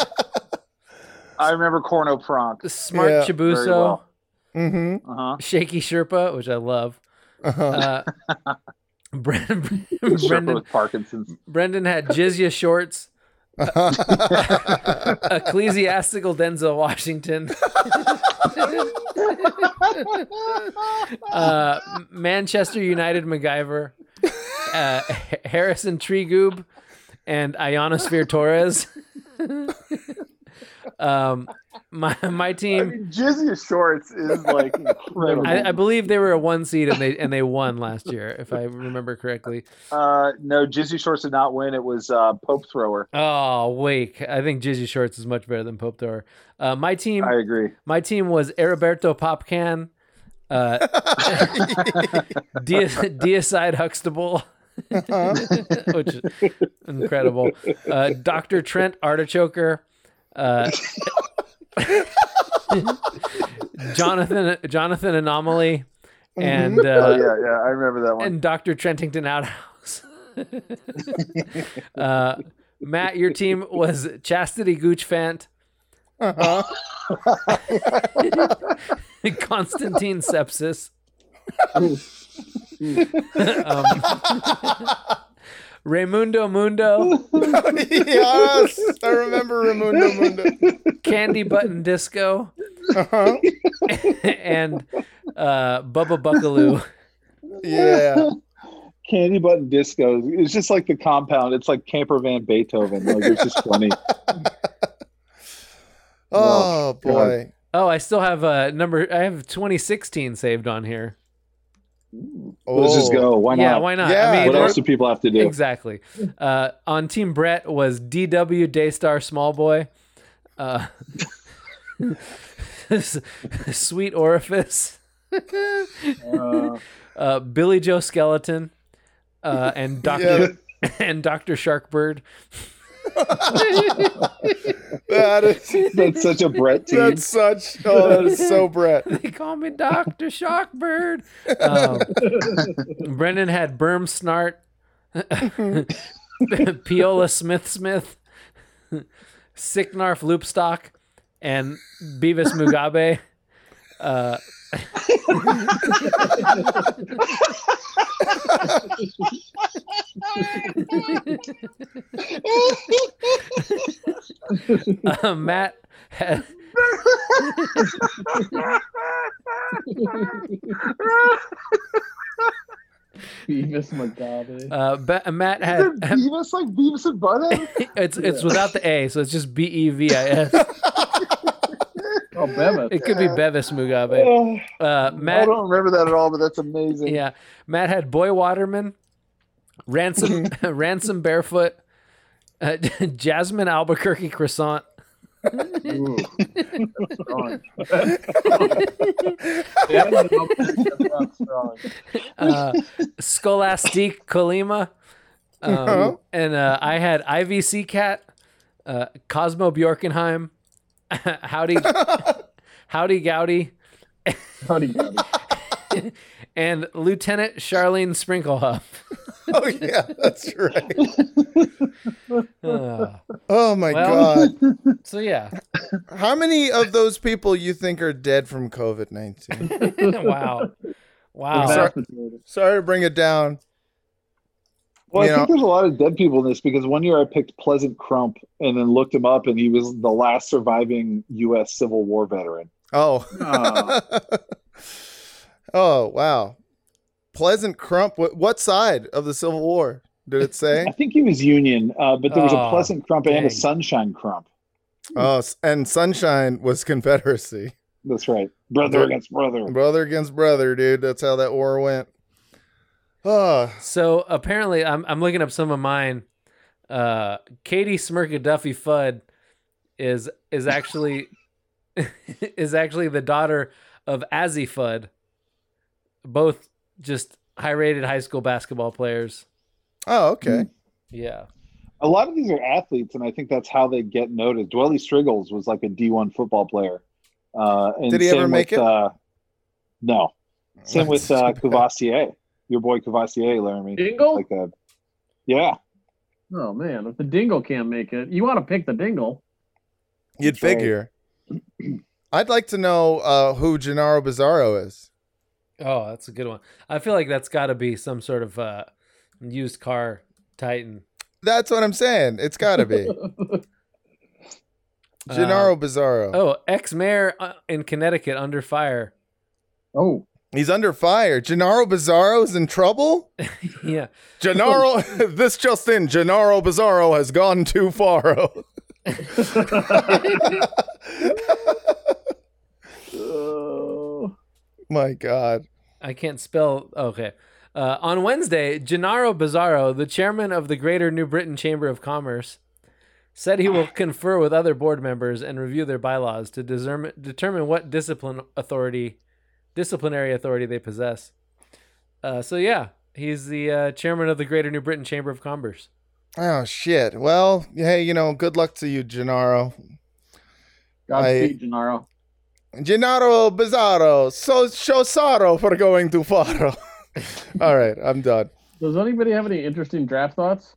S6: I remember Corno Pronk.
S2: smart
S3: Yeah,
S2: chibuso,
S6: very well.
S3: mm-hmm.
S6: Uh-huh.
S2: shaky sherpa, which I love.
S3: Uh-huh.
S2: Uh, Brendan,
S6: Sherpa
S2: Brendan,
S6: with Parkinson's.
S2: Brendan had jizya shorts, ecclesiastical Denzel Washington, uh, Manchester United MacGyver, uh, H- Harrison Treegoob, and Ionosphere Torres. um, my my
S6: I
S2: team,
S6: mean, Jizzy Shorts is like incredible.
S2: I, I believe they were a one seed and they and they won last year, if I remember correctly.
S6: uh, no, Jizzy Shorts did not win. It was uh, Pope Thrower.
S2: Oh, wake! I think Jizzy Shorts is much better than Pope Thor. Uh, my team,
S6: I agree.
S2: my team was Heriberto Popcan, uh, Dia- Deicide Huxtable,
S6: Uh-huh.
S2: which is incredible. Uh, Dr. Trent Artichoker. Uh, Jonathan Jonathan Anomaly and uh,
S6: oh yeah, yeah, I remember that one.
S2: and Dr. Trentington Outhouse. uh, Matt, your team was Chastity Goochfant,
S3: Uh-huh.
S2: Constantine Sepsis, um, Raimundo Mundo,
S3: yes, I remember Ramundo Mundo.
S2: Candy Button Disco,
S3: Uh-huh.
S2: and uh, Bubba Buckaloo.
S3: Yeah.
S4: Candy button discos. It's just like the compound. It's like Camper Van Beethoven. Like it's just funny.
S3: Oh boy.
S2: Oh, I still have uh, number. I have 2016 saved on here.
S3: Oh.
S4: Let's just go. Why
S2: yeah,
S4: not?
S2: why not?
S3: Yeah.
S2: I mean,
S4: what
S2: we're-
S4: else do people have to do?
S2: Exactly. Uh, on Team Brett was DW Daystar Small Boy, uh, Sweet Orifice,
S6: Uh,
S2: uh, Billy Joe Skeleton, uh, and Doctor and Doctor Sharkbird.
S3: That is
S4: That's such a Brett team.
S3: that's such oh that is so Brett.
S2: They call me Doctor Sharkbird. Um, Brendan had Berm Snart, Piola Smith Smith, Sicknarf Loopstock, and Beavis Mugabe. Uh, uh, Matt had
S5: Beavis McGavin.
S2: uh, Ba- Matt
S6: is
S2: had
S6: it Beavis like Beavis and Butthead?
S2: it's it's without the A, so it's just B E V I S.
S5: Oh, Bevis.
S2: It could be Bevis Mugabe. Uh,
S6: I
S2: Matt,
S6: don't remember that at all, but that's amazing.
S2: yeah, Matt had Boy Waterman, Ransom Ransom Barefoot, uh, Jasmine Albuquerque Croissant,
S5: Ooh. That's strong. Yeah, that's strong.
S2: uh, Scholastique Colima. Um,
S3: Uh-huh.
S2: And uh, I had IVC Cat, uh, Cosmo Bjorkenheim, Howdy, Howdy Gowdy,
S5: Howdy, howdy.
S2: and Lieutenant Charlene Sprinklehuff.
S3: oh yeah, that's right.
S2: Uh,
S3: Oh my
S2: Well-
S3: god.
S2: so yeah,
S3: How many of those people you think are dead from COVID nineteen?
S2: wow, wow.
S5: The vast
S3: Sorry.
S5: majority.
S3: Sorry to bring it down.
S6: Well,
S3: You know-
S6: I think there's a lot of dead people in this because one year I picked Pleasant Crump and then looked him up, and he was the last surviving U.S. Civil War veteran.
S3: Oh.
S5: Oh.
S3: oh wow. Pleasant Crump. What, what side of the Civil War did it say?
S6: I think he was Union, uh, but there was
S2: Aw,
S6: a Pleasant Crump and
S2: Oh, dang.
S6: a Sunshine Crump.
S3: oh, s- and Sunshine was Confederacy.
S6: That's right, brother
S3: Brother.
S6: against brother.
S3: Brother against brother, dude. That's how that war went. Oh,
S2: So apparently, I'm I'm looking up some of mine. Uh, Katie Smirka Duffy Fudd is is actually is actually the daughter of Azzy Fudd, both just high rated high school basketball players.
S3: oh okay.
S2: Yeah,
S6: A lot of these are athletes, and I think that's how they get noticed. Dwelly Striggles was like a D1 football player. Uh, and
S3: Did he
S6: same
S3: ever make
S6: with,
S3: it?
S6: Uh, no. Same with
S3: That's
S6: uh,
S3: too bad.
S6: Cuvassier, your boy Cuvassier, Laramie.
S5: Dingle?
S6: Like a, yeah,
S5: Oh man, if the dingle can't make it, you want to pick the dingle.
S3: You'd
S6: That's right.
S3: figure. I'd like to know uh, who Gennaro Bizarro is.
S2: oh, that's a good one. I feel like that's got to be some sort of uh, used car titan.
S3: That's what I'm saying. It's got to be
S2: Uh,
S6: Um,
S3: Gennaro Bizarro.
S2: Oh, ex mayor in Connecticut under fire.
S5: Oh,
S3: He's under fire. Gennaro Bizarro is in trouble.
S2: yeah.
S3: Gennaro, this just in: Gennaro Bizarro has gone too far. Oh
S5: Uh,
S3: My God.
S2: I can't spell. Okay. Uh, on Wednesday, Gennaro Bizarro, the chairman of the Greater New Britain Chamber of Commerce, said he will confer with other board members and review their bylaws to discern, determine what discipline authority, disciplinary authority they possess. Uh, so yeah, he's the uh, chairman of the Greater New Britain Chamber of Commerce.
S3: Oh shit. Well, hey, you know, good luck to you, Gennaro.
S5: Godspeed, Gennaro.
S3: Gennaro Bizarro, so so sorrow for going too far. All right, I'm done.
S5: Does anybody have any interesting draft thoughts?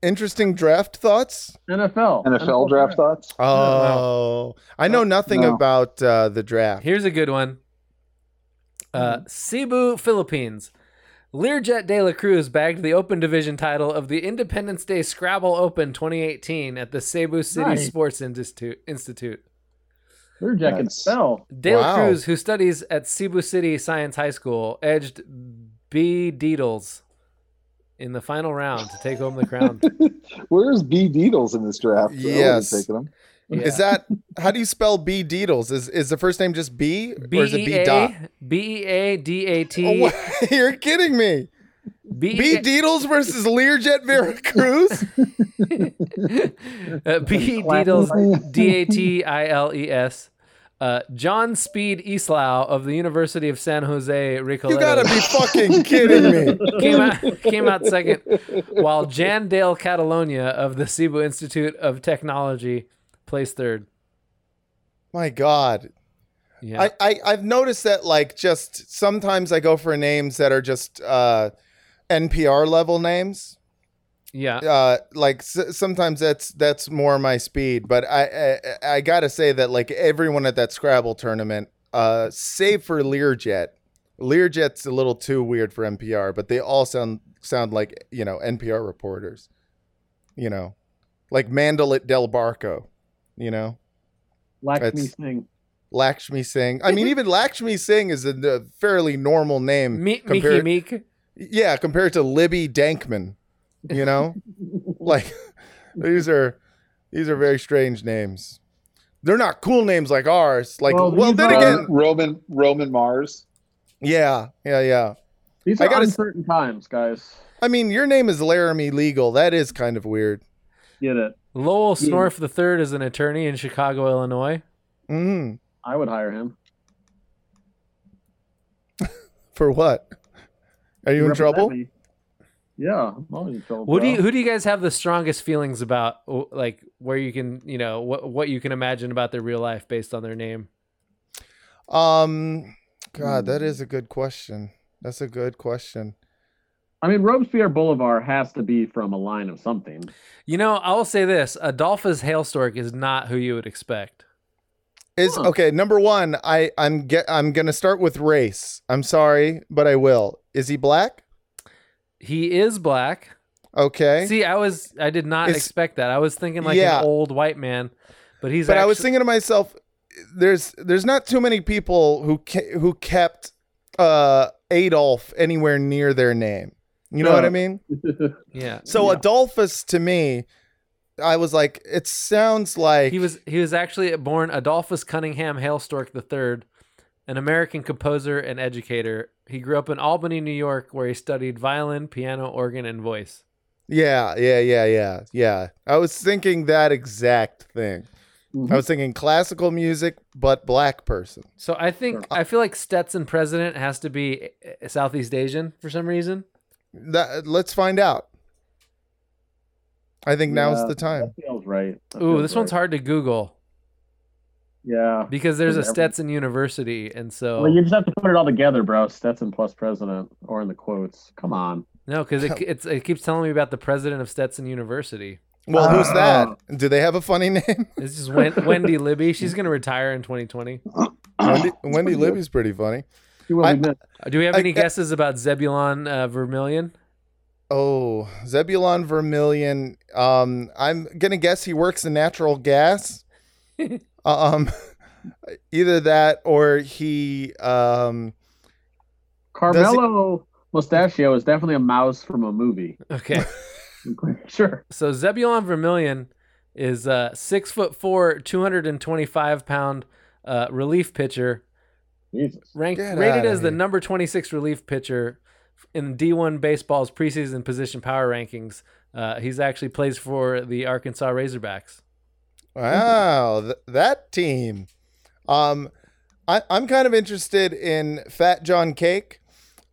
S3: Interesting draft thoughts.
S5: NFL.
S6: NFL draft thoughts.
S3: Oh, I know nothing
S6: No.
S3: about uh, the draft.
S2: Here's a good one. Uh,
S3: Hmm.
S2: Cebu, Philippines. Learjet de la Cruz bagged the Open Division title of the Independence Day Scrabble Open 2018 at the Cebu City
S5: Nice.
S2: Sports Institute. Institute.
S5: Their jacket
S6: Nice.
S5: fell.
S2: De la
S3: Wow.
S2: Cruz, who studies at Cebu City Science High School, edged B. Deedles in the final round to take home the crown.
S6: Where's B. Deedles in this draft? I would've
S3: Yes.
S6: taken him.
S2: Yeah.
S3: Is that how do you spell B Deedles? Is is the first name just B
S2: B
S3: or is it
S2: E
S3: B dot?
S2: A B E A D A
S3: Oh,
S2: T
S3: what? You're kidding me.
S2: B
S3: B
S2: E A-
S3: Deedles versus Learjet Veracruz.
S2: Uh, B. Deedles, D A T I L E S. Uh, John Speed Islau of the University of San Jose Recoletos
S3: You gotta be fucking kidding me.
S2: came, out, came out second, while Jan Dale Catalonia of the Cebu Institute of Technology placed third.
S3: My God.
S2: Yeah.
S3: I, I I've noticed that like just sometimes I go for names that are just uh, NPR level names.
S2: yeah.
S3: Uh, like s- sometimes that's that's more my speed. But I, I I gotta say that like everyone at that Scrabble tournament, uh, save for Learjet, Learjet's a little too weird for NPR. But they all sound sound like you know NPR reporters, you know, like Mandalit Del Barco, you know.
S5: Lakshmi
S3: That's-
S5: Singh.
S3: Lakshmi Singh. I mean, even Lakshmi Singh is a, a fairly normal name.
S2: Me- Mickey
S3: compared-
S2: Meek.
S3: Yeah, compared to Libby Dankman, you know, like these are these are very strange names. They're not cool names like ours. Like,
S5: Well,
S3: well,
S5: these
S3: then
S5: are-
S3: again,
S6: Roman Roman Mars.
S3: yeah, yeah, yeah.
S5: These
S3: I
S5: are
S3: gotta s-
S5: uncertain times, guys.
S3: I mean, your name is Laramie Legal. That is kind of weird.
S5: Get it.
S2: Lowell
S5: Yeah.
S2: Snorf III is an attorney in Chicago, Illinois.
S3: Mm,
S5: I would hire him.
S3: for what? Are you in
S5: Represent
S3: trouble?
S5: me. Yeah, I'm always in trouble.
S2: What do
S5: bro.
S2: you, who do you guys have the strongest feelings about? w- Like where you can, you know, what what you can imagine about their real life based on their name.
S3: Um, God,
S5: Hmm.
S3: that is a good question. That's a good question.
S5: I mean, Robespierre Boulevard has to be from a line of something.
S2: You know, I will say this: Adolphus Hailstork is not who you would expect.
S3: Is
S5: Huh.
S3: okay. Number one, I I'm get I'm gonna start with race. I'm sorry, but I will. Is he black?
S2: He is black.
S3: Okay.
S2: See, I was I did not
S3: It's-
S2: expect that. I was thinking like
S3: Yeah.
S2: an old white man, but he's.
S3: but I was
S2: actu-
S3: thinking to myself, there's there's not too many people who ke- who kept uh Adolf anywhere near their name. You know
S5: No.
S3: what I mean?
S2: yeah.
S3: So
S5: Yeah.
S3: Adolphus to me, I was like, it sounds like
S2: He was he was actually born Adolphus Cunningham Hailstork III, an American composer and educator. He grew up in Albany, New York, where he studied violin, piano, organ, and voice.
S3: Yeah, yeah, yeah, yeah, yeah. I was thinking that exact thing.
S5: Mm-hmm.
S3: I was thinking classical music, but black person.
S2: So I think I feel like Stetson President has to be uh, Southeast Asian for some reason.
S3: That let's find out. I think now's
S5: Yeah.
S3: the time.
S5: That feels right. That
S2: Ooh,
S5: feels
S2: this one's
S5: right.
S2: hard to Google
S5: Yeah.
S2: because there's a
S5: Whatever.
S2: Stetson University, and so
S5: Well, you just have to put it all together, bro. Stetson plus president, or in the quotes. Come on.
S2: no, because it it's, it keeps telling me about the president of Stetson University.
S3: Well, who's
S5: Ah.
S3: that? Do they have a funny name?
S2: This is Wen- Wendy Libby. She's gonna retire in 2020.
S3: Wendy, Wendy
S5: pretty good.
S3: Libby's pretty funny.
S5: She will
S3: I-
S5: be missed.
S2: Uh, Do we have
S3: I-
S2: any
S3: I-
S2: guesses about Zebulon uh, Vermillion?
S3: Oh, Zebulon Vermillion. Um, I'm gonna guess he works in natural gas. um, either that or he um.
S5: Carmelo Mustachio is definitely a mouse from a movie.
S2: Okay,
S5: I'm pretty sure.
S2: so Zebulon Vermillion is uh, six foot four, 225 pound uh, relief pitcher,
S5: Jesus.
S2: ranked
S3: Get
S2: rated
S3: outta
S2: as the
S3: here.
S2: number 26 relief pitcher in D1 baseball's preseason position power rankings. Uh, he's actually plays for the Arkansas Razorbacks.
S3: Wow, th- that team. Um, I- I'm kind of interested in Fat John Cake.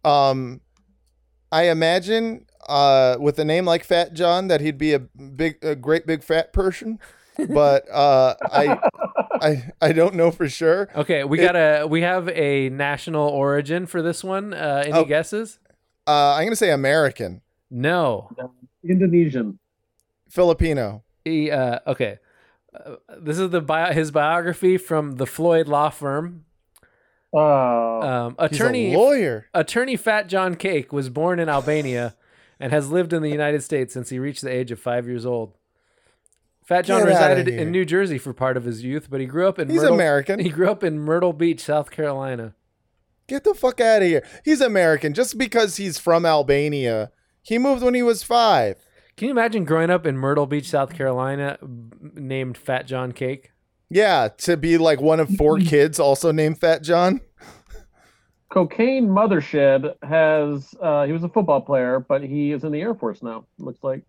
S3: Um, I imagine uh, with a name like Fat John that he'd be a big, a great big fat person, but uh, I, I, I don't know for sure.
S2: Okay, we
S3: It-
S2: got a we have a national origin for this one. Uh, any
S3: Oh.
S2: guesses?
S3: Uh, I'm gonna say American,
S2: No.
S5: Indonesian.
S3: Filipino.
S2: He uh, okay. Uh, this is the bio- his biography from the Floyd Law Firm.
S5: Oh.
S2: Um,
S3: He's
S2: attorney
S3: a lawyer.
S2: attorney Fat John Cake was born in Albania and has lived in the United States since he reached the age of five years old. Fat John
S3: Get outta
S2: resided
S3: here.
S2: in New Jersey for part of his youth, but he grew up in
S3: He's
S2: Myrtle, He
S3: American.
S2: grew up in Myrtle Beach, South Carolina.
S3: Get the fuck out of here. He's American just because he's from Albania. He moved when he was five.
S2: Can you imagine growing up in Myrtle Beach, South Carolina, m- named Fat John Cake?
S3: Yeah, to be like one of four kids also named Fat John.
S5: Cocaine Mothershed has uh, he was a football player, but he is in the Air Force now. Looks like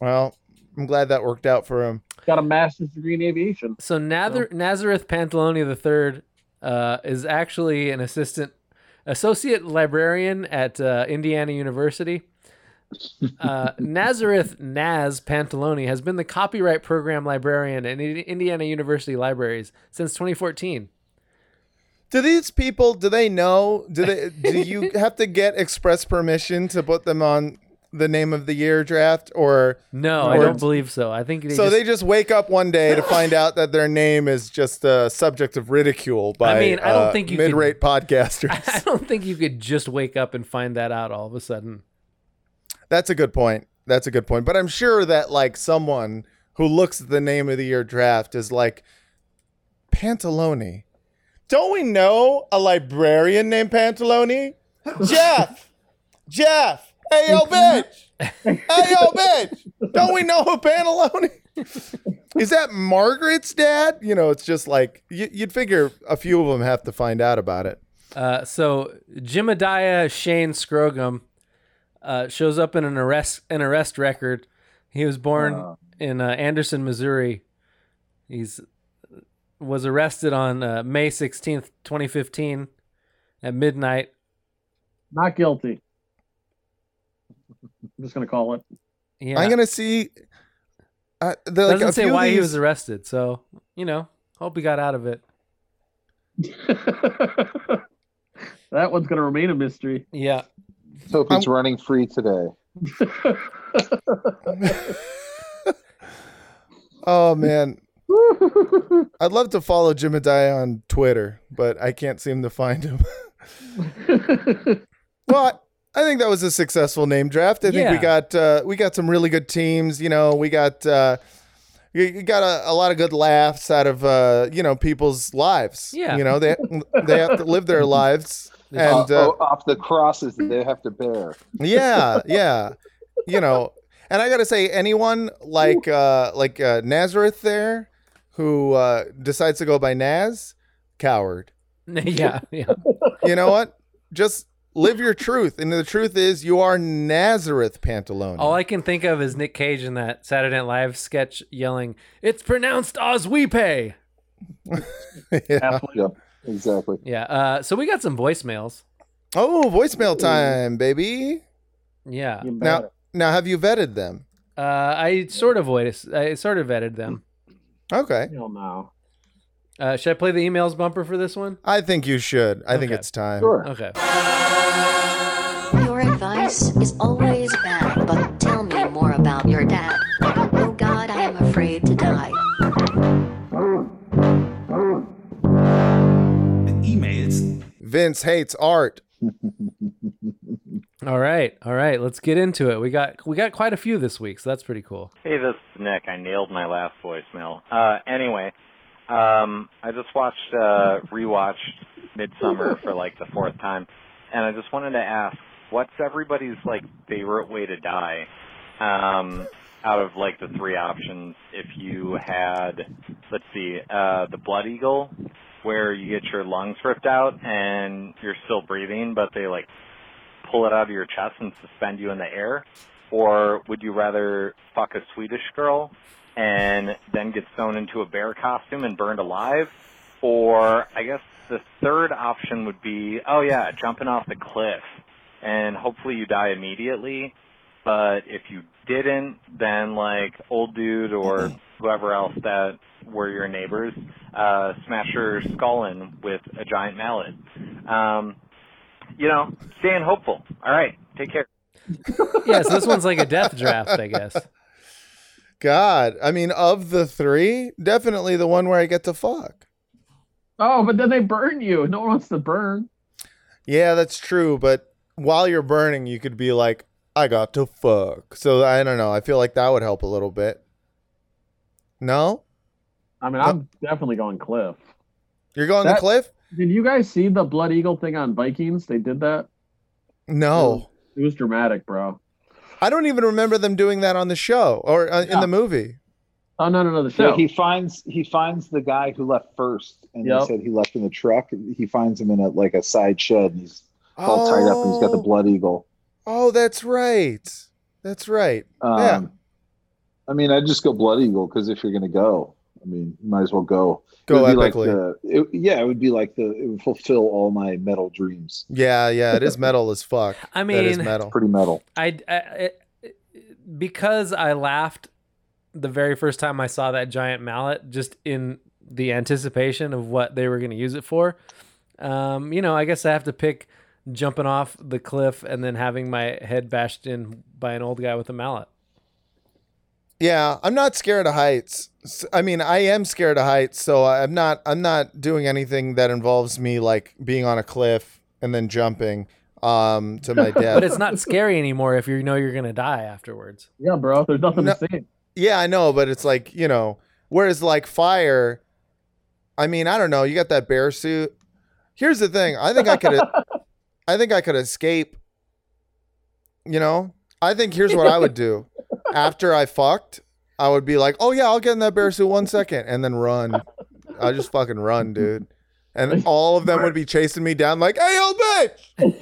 S3: Well, I'm glad that worked out for him.
S5: got a master's degree in aviation.
S2: So Nather- Nazareth Pantalone III uh, is actually an assistant associate librarian at uh, Indiana University. Uh, Nazareth Naz Pantalone has been the copyright program librarian at Indi- Indiana University libraries since 2014.
S3: Do these people do they know? Do they do you have to get express permission to put them on the name of the year draft or
S2: No, I
S3: Or-
S2: don't believe so. I think they
S3: so
S2: just-
S3: they just wake up one day to find out that their name is just a subject of ridicule by
S2: I mean, I don't
S3: uh,
S2: think you could-
S3: mid-rate
S2: I
S3: podcasters.
S2: don't think you could just wake up and find that out all of a sudden.
S3: That's a good point. That's a good point. But I'm sure that like someone who looks at the name of the year draft is like Pantalone. Don't we know a librarian named Pantalone? Jeff. Jeff. Hey yo bitch. Hey yo bitch. Don't we know a Pantalone? Is that Margaret's dad? You know, it's just like you, you'd figure a few of them have to find out about it.
S2: Uh, so Jimadiah Shane Scrogum uh, shows up in an arrest an arrest record. He was born in uh, Anderson, Missouri. He's was arrested on uh, May sixteenth, twenty fifteen, at midnight.
S5: Not guilty. I'm just gonna call it.
S2: Yeah,
S3: I'm gonna see. Uh, the, like,
S2: doesn't
S3: a
S2: say
S3: few of
S2: why he
S3: these-
S2: was arrested. So you know, hope he got out of it.
S5: that one's gonna remain a mystery.
S2: Yeah,
S6: Hope it's running free today.
S3: Oh man, I'd love to follow Jim Adai on Twitter, but I can't seem to find him. but I think that was a successful name draft. I think we
S2: Yeah.
S3: got uh, we got some really good teams. You know, we got uh, you you got a, a lot of good laughs out of uh, you know people's lives.
S2: Yeah.
S3: you know they they have to live their lives, and uh,
S6: Uh, oh, off the crosses that they have to bear.
S3: yeah, yeah, you know. And I gotta say, anyone like uh, like uh, Nazareth there, who uh, decides to go by Naz, coward.
S2: yeah, yeah.
S3: you know what? Just live your truth. And the truth is, you are Nazareth Pantalone.
S2: All I can think of is Nick Cage in that Saturday Night Live sketch yelling, "It's pronounced Oswepe."
S3: yeah.
S5: Halfway.
S6: Yep, exactly.
S2: Yeah. Uh, so we got some voicemails.
S3: Oh, voicemail time, baby.
S2: Yeah.
S5: You
S3: Now-
S5: better.
S3: Now, have you vetted them?
S2: Uh, I sort of voiced. I sort of vetted them.
S3: Okay.
S5: Hell no.
S2: Uh, should I play the emails bumper for this one?
S3: I think you should. I think
S2: Okay.
S3: it's time.
S6: Sure.
S2: Okay.
S7: Your advice is always bad, but tell me more about your dad. Oh god, I am afraid to die.
S3: Vince hates art.
S2: All right. All right. Let's get into it. We got we got quite a few this week, so that's pretty cool.
S8: Hey, this is Nick. I nailed my last voicemail. Uh, anyway, um, I just watched, uh, rewatched Midsummer for like the fourth time, and I just wanted to ask, what's everybody's like favorite way to die? Um, out of like the three options, if you had, let's see, uh, the blood eagle, where you get your lungs ripped out and you're still breathing, but they like pull it out of your chest and suspend you in the air or would you rather fuck a Swedish girl and then get sewn into a bear costume and burned alive? Or I guess the third option would be, oh yeah, jumping off the cliff and hopefully you die immediately. But if you didn't, then like old dude or whoever else that were your neighbors, uh, smash your skull in with a giant mallet. Um, you know, staying hopeful. All right, take care.
S2: Yeah. So this one's like a death draft, I guess.
S3: God. I mean, of the three, definitely the one where I get to fuck.
S5: Oh, but then they burn you. No one wants to burn.
S3: Yeah, that's true. But while you're burning, you could be like, I got to fuck. So I don't know. I feel like that would help a little bit. No?
S5: I mean, I'm definitely going cliff.
S3: You're going to
S5: That-
S3: Cliff?
S5: Did you guys see the Blood Eagle thing on Vikings? They did that.
S3: No.
S5: It was dramatic, bro.
S3: I don't even remember them doing that on the show or uh, in
S5: Yeah.
S3: the movie.
S5: Oh no, no, no. The
S6: So
S5: show.
S6: he finds he finds the guy who left first, and
S5: Yep.
S6: they said he left in the truck. He finds him in a like a side shed, and he's all tied up, and he's got the
S3: Oh,
S6: blood eagle.
S3: Oh, that's right. That's right.
S6: Um,
S3: Oh. Yeah.
S6: I mean, I'd just go blood eagle because if you're gonna go, I mean, you might as well go. It
S3: Go
S6: would be like
S3: epically.
S6: the- it- yeah, it would be like the it would fulfill all my metal dreams.
S3: yeah, yeah. It is metal as fuck.
S2: I
S3: that is
S2: mean,
S3: metal.
S6: Pretty metal.
S2: I, I it, it- because I laughed the very first time I saw that giant mallet, just in the anticipation of what they were going to use it for. Um, you know, I guess I have to pick jumping off the cliff and then having my head bashed in by an old guy with a mallet.
S3: Yeah, I'm not scared of heights. S- I mean, I am scared of heights, so I'm not. I'm not doing anything that involves me like being on a cliff and then jumping um to my death.
S2: But it's not scary anymore if you know you're going to die afterwards.
S5: yeah, bro. There's nothing
S3: No.
S5: to see.
S3: Yeah, I know, but it's like, you know, whereas like fire, I mean, I don't know, you got that bear suit. Here's the thing. I think I could I think I could escape. You know? I think here's what I would do. After I fucked, I would be like, "Oh yeah, I'll get in that bear suit one second and then run. I'll just fucking run, dude." And all of them would be chasing me down like, "Hey, old bitch.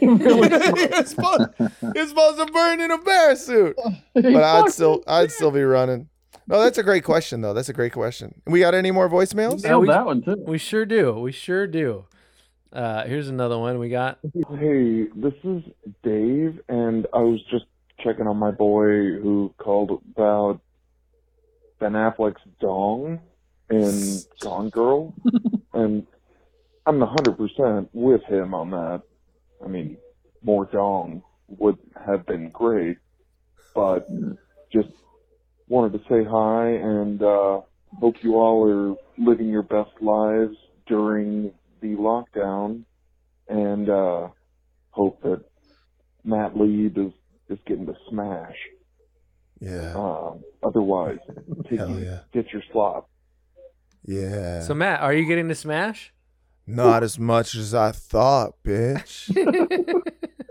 S3: you're, supposed, you're supposed to burn in a bear suit." But I'd still I'd still be running. No, that's a great question though. That's a great question. We got any more voicemails?
S2: Yeah,
S5: Nailed
S2: we-
S5: that one too.
S2: We sure do. We sure do. Uh, here's another one we got.
S9: Hey, this is Dave, and I was just checking on my boy who called about Ben Affleck's dong in Gone Girl, and I'm 100% with him on that. I mean, more dong would have been great, but just wanted to say hi and uh, hope you all are living your best lives during the lockdown and uh, hope that Matt Lead is, is getting the smash.
S3: Yeah.
S9: Um, otherwise, take,
S3: Hell yeah.
S9: get your slop.
S3: Yeah.
S2: So Matt, are you getting to smash?
S3: Not as much as I thought, bitch.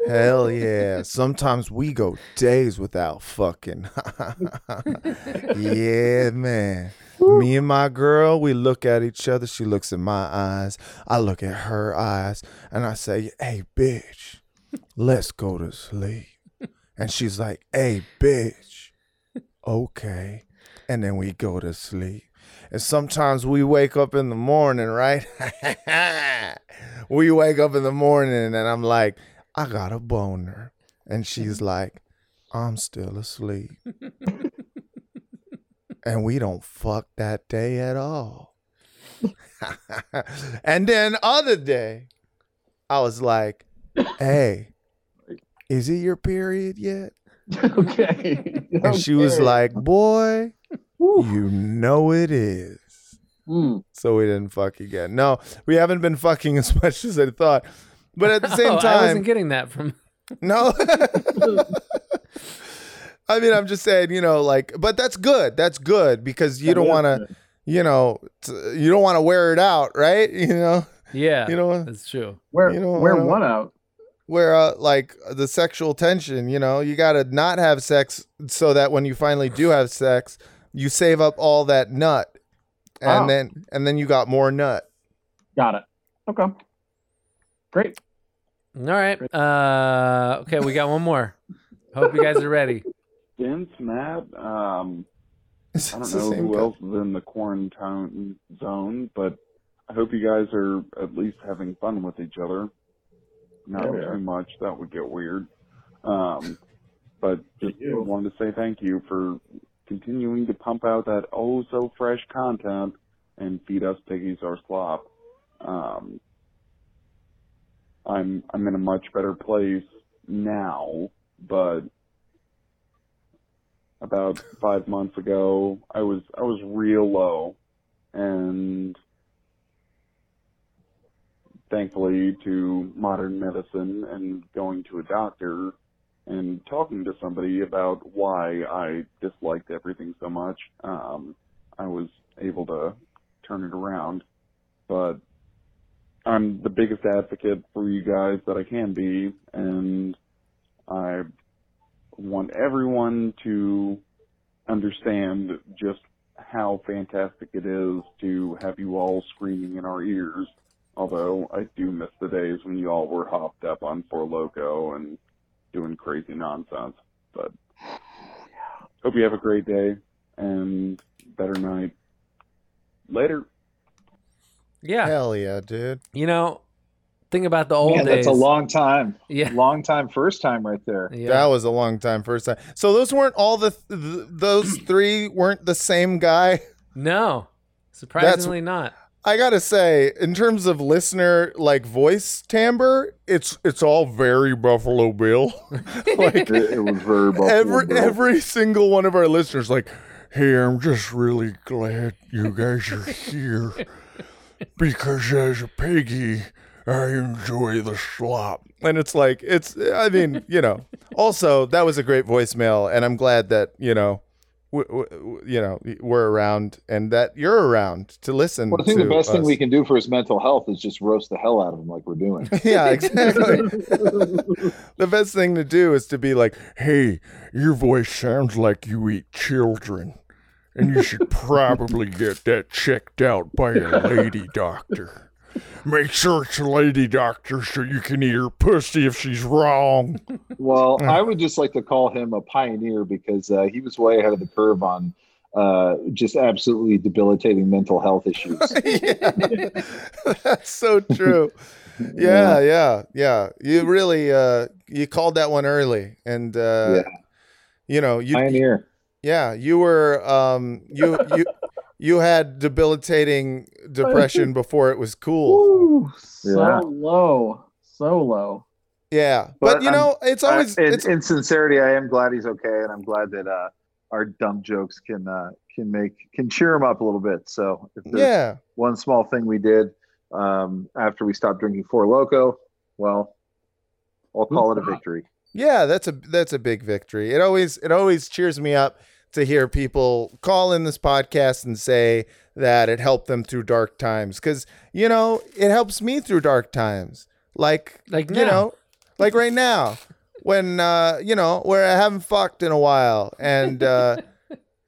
S3: Hell yeah. Sometimes we go days without fucking. yeah, man. Me and my girl, we look at each other. She looks in my eyes. I look at her eyes and I say, hey, bitch, let's go to sleep. And she's like, hey, bitch, okay. And then we go to sleep. And sometimes we wake up in the morning, right? we wake up in the morning and I'm like, I got a boner. And she's like, I'm still asleep. and we don't fuck that day at all. and then other day, I was like, hey, is it your period yet?
S5: okay.
S3: And she was like, boy, you know it is.
S5: Hmm.
S3: So we didn't fuck again. No, we haven't been fucking as much as I thought. But at the same
S2: Oh, I wasn't
S3: time,
S2: getting that from.
S3: no. I mean, I'm just saying, you know, like, but that's good. That's good because you
S5: That
S3: don't
S5: is
S3: want to, you know, t- you don't want to wear it out, right? You know,
S2: Yeah,
S3: you know,
S2: that's true.
S5: Where
S3: You know, uh,
S5: where
S3: I don't-
S5: what out?
S3: where uh, like the sexual tension, you know, you got to not have sex so that when you finally do have sex, you save up all that nut, and
S5: Oh.
S3: then and then you got more nut.
S5: Got it. Okay. Great.
S2: All right. Uh, okay, we got one more. Hope you guys are ready.
S9: Vince, Matt, um,
S3: It's
S9: I don't
S3: the
S9: know
S3: same
S9: who
S3: guy.
S9: else is in the quarantine zone, but I hope you guys are at least having fun with each other. Not
S5: Yeah, we are.
S9: too much, that would get weird. Um, but just
S5: do.
S9: wanted to say thank you for continuing to pump out that oh so fresh content and feed us piggies our slop. Um, I'm I'm in a much better place now, but about five months ago, I was I was real low, and thankfully to modern medicine and going to a doctor and talking to somebody about why I disliked everything so much, um, I was able to turn it around. But I'm the biggest advocate for you guys that I can be, and I want everyone to understand just how fantastic it is to have you all screaming in our ears. Although I do miss the days when you all were hopped up on Four Loco and doing crazy nonsense. But hope you have a great day and better night. Later.
S2: Yeah,
S3: Hell yeah, dude.
S2: you know, think about the old
S6: Man,
S2: days.
S6: that's a long time.
S2: Yeah,
S6: Long time first time right there.
S2: yeah.
S3: That was a long time first time. So those weren't all the th- th- those three weren't the same guy.
S2: no, surprisingly not.
S3: I got to say in terms of listener like voice timbre, it's it's all very Buffalo Bill. like
S9: It, it was very Buffalo
S3: every
S9: Bill.
S3: every single one of our listeners like, "Hey, I'm just really glad you guys are here because as a piggy, I enjoy the slop." And it's like it's I mean, you know. Also, that was a great voicemail and I'm glad that, you know, w- w- w- you know, we're around and that you're around to listen
S6: Well, I think
S3: to
S6: the best thing
S3: us.
S6: we can do for his mental health is just roast the hell out of him like we're doing.
S3: yeah, exactly. the best thing to do is to be like, hey, your voice sounds like you eat children, and you should probably get that checked out by a lady doctor. Make sure it's a lady doctor so you can eat her pussy if she's wrong.
S6: Well, I would just like to call him a pioneer because uh, he was way ahead of the curve on uh, just absolutely debilitating mental health issues.
S3: yeah. That's so true. Yeah, yeah, yeah. You really uh you called that one early and uh you know, you
S6: Pioneer.
S3: yeah, you were um you you you had debilitating depression before it was cool.
S5: Woo, so
S6: Yeah.
S5: low, so low.
S3: Yeah. But,
S6: But
S3: you know, it's
S6: I-
S3: always
S6: Uh, in,
S3: it's
S6: in sincerity, I am glad he's okay, and I'm glad that uh, our dumb jokes can uh, can make can cheer him up a little bit. So if there's
S3: yeah.
S6: one small thing we did um, after we stopped drinking Four Loco, well, I'll call it a victory.
S3: Yeah, that's a that's a big victory. It always it always cheers me up to hear people call in this podcast and say that it helped them through dark times cuz you know, it helps me through dark times. Like
S2: Like
S3: you
S2: now.
S3: know, like right now when uh, you know, where I haven't fucked in a while and uh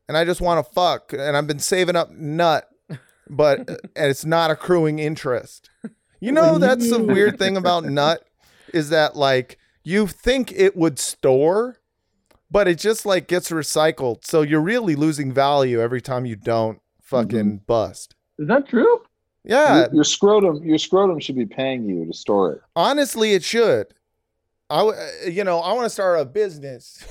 S3: and I just want to fuck and I've been saving up nut but uh, and it's not accruing interest. You know, that's the weird thing about nut is that like you think it would store, but it just like gets recycled. So you're really losing value every time you don't fucking bust.
S5: Is that true?
S3: Yeah,
S6: your, your scrotum, your scrotum should be paying you to store it.
S3: honestly, it should. I, w- uh, you know, I want to start a business.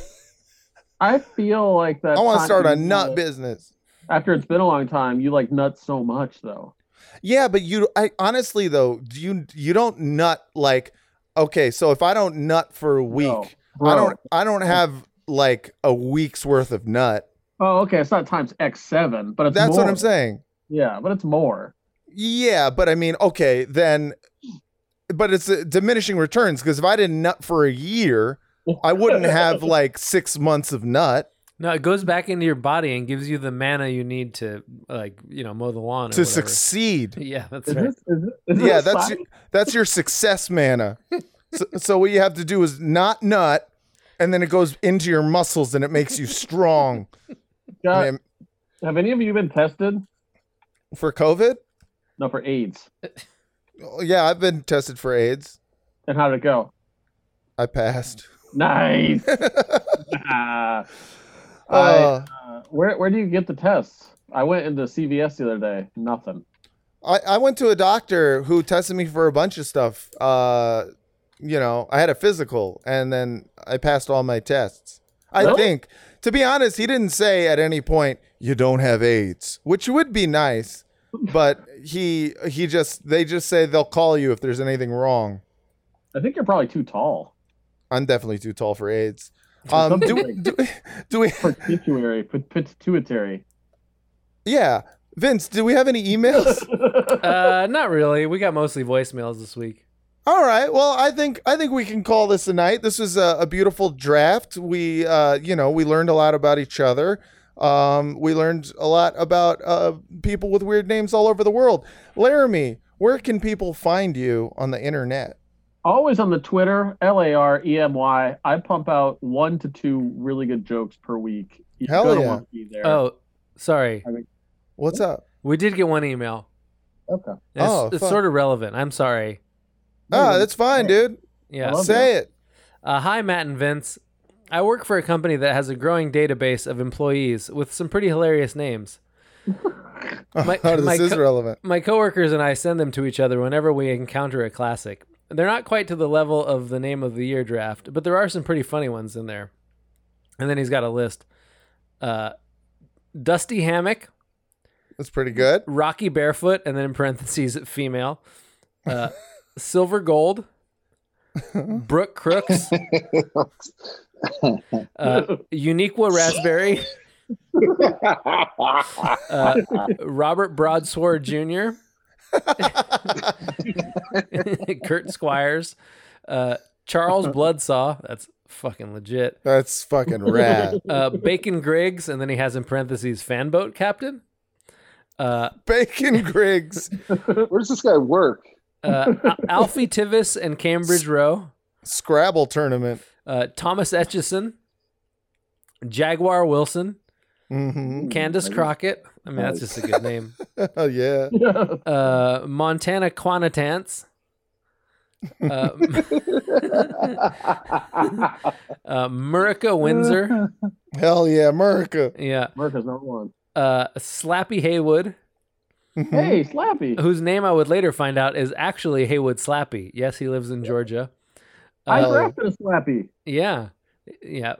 S5: I feel like that.
S3: I want to
S5: time
S3: start a
S5: you
S3: nut
S5: like-
S3: business.
S5: After it's been a long time, you like nuts so much though.
S3: Yeah, but you, I honestly though, do you you don't nut like, okay, so if I don't nut for a week,
S5: No,
S3: I
S5: bro.
S3: don't, I don't have like a week's worth of nut.
S5: Oh, okay. It's not times X seven, but it's
S3: That's what
S5: more.
S3: I'm saying.
S5: Yeah, but it's more.
S3: Yeah, but I mean, okay, then, but it's uh, diminishing returns because if I didn't nut for a year, I wouldn't have like six months of nut
S2: No, it goes back into your body and gives you the mana you need to, like, you know, mow the lawn. Or
S3: to
S2: whatever.
S3: succeed.
S2: Yeah, that's
S5: Is
S2: right.
S5: this, is this, is
S3: Yeah,
S5: this
S3: that's
S5: sci-
S3: your, that's your success mana. so, so what you have to do is not nut, and then it goes into your muscles and it makes you strong.
S5: God,
S3: And
S5: Have any of you been tested?
S3: it- for COVID,
S5: No, for AIDS.
S3: Oh, yeah, I've been tested for AIDS.
S5: And how did it go?
S3: I passed.
S5: Nice. Ah. I,
S3: Uh,
S5: uh, where where do you get the tests? I went into CVS the other day. Nothing.
S3: I, I went to a doctor who tested me for a bunch of stuff. Uh, you know, I had a physical and then I passed all my tests. I
S5: Really?
S3: think, to be honest, he didn't say at any point you don't have AIDS, which would be nice, but he he just they just say they'll call you if there's anything wrong.
S5: I think you're probably too tall.
S3: I'm definitely too tall for AIDS. Um, do,
S5: Something
S3: do, do we?
S5: Pituitary, pit- pituitary.
S3: Yeah, Vince, do we have any emails?
S2: Uh, not really. We got mostly voicemails this week.
S3: All right. Well, I think I think we can call this a night. This was a, a beautiful draft. We, uh, you know, we learned a lot about each other. Um, we learned a lot about uh, people with weird names all over the world. Laramie, where can people find you on the internet?
S5: Always on the Twitter, L A R E M Y. I pump out one to two really good jokes per week. You
S3: Hell
S5: gotta
S3: yeah.
S5: wanna be there.
S2: Oh, sorry.
S3: What's up?
S2: We did get one email.
S5: okay.
S2: It's,
S3: Oh,
S2: it's
S3: fuck.
S2: sort of relevant. I'm sorry.
S3: Ah, that's fine, dude.
S2: Yeah.
S5: Love
S3: Say it.
S2: Uh, hi, Matt and Vince. I work for a company that has a growing database of employees with some pretty hilarious names. My-
S3: Oh, this
S2: my
S3: is
S2: co-
S3: relevant.
S2: My coworkers and I send them to each other whenever we encounter a classic. They're not quite to the level of the name of the year draft, but there are some pretty funny ones in there. And then he's got a list. Uh, Dusty Hammock,
S3: That's pretty good.
S2: Rocky Barefoot, and then in parentheses, female. Uh, Silver Gold, Brooke Crooks, uh, Uniqua Raspberry, uh, Robert Broadsword Jr., Kurt Squires, uh, Charles Bloodsaw. That's fucking legit.
S3: That's fucking rad.
S2: Uh, Bacon Griggs, and then he has in parentheses fanboat captain. Uh,
S3: Bacon Griggs,
S6: Where does this guy work?
S2: uh, Al- Alfie Tivis and Cambridge Row.
S3: Scrabble tournament.
S2: Uh, Thomas Etchison, Jaguar Wilson,
S3: hmm
S2: Candace Crockett. I mean, that's just a good name.
S3: Oh yeah.
S2: Uh, Montana uh, Quanitance. uh, Murica Windsor.
S3: Hell yeah, America.
S2: Yeah.
S5: America's number one.
S2: uh, Slappy Haywood,
S3: Hmm.
S5: Hey, Slappy.
S2: whose name I would later find out is actually Haywood Slappy. Yes, he lives in Georgia.
S5: I
S2: Uh,
S5: drafted a Slappy.
S2: Yeah, yeah.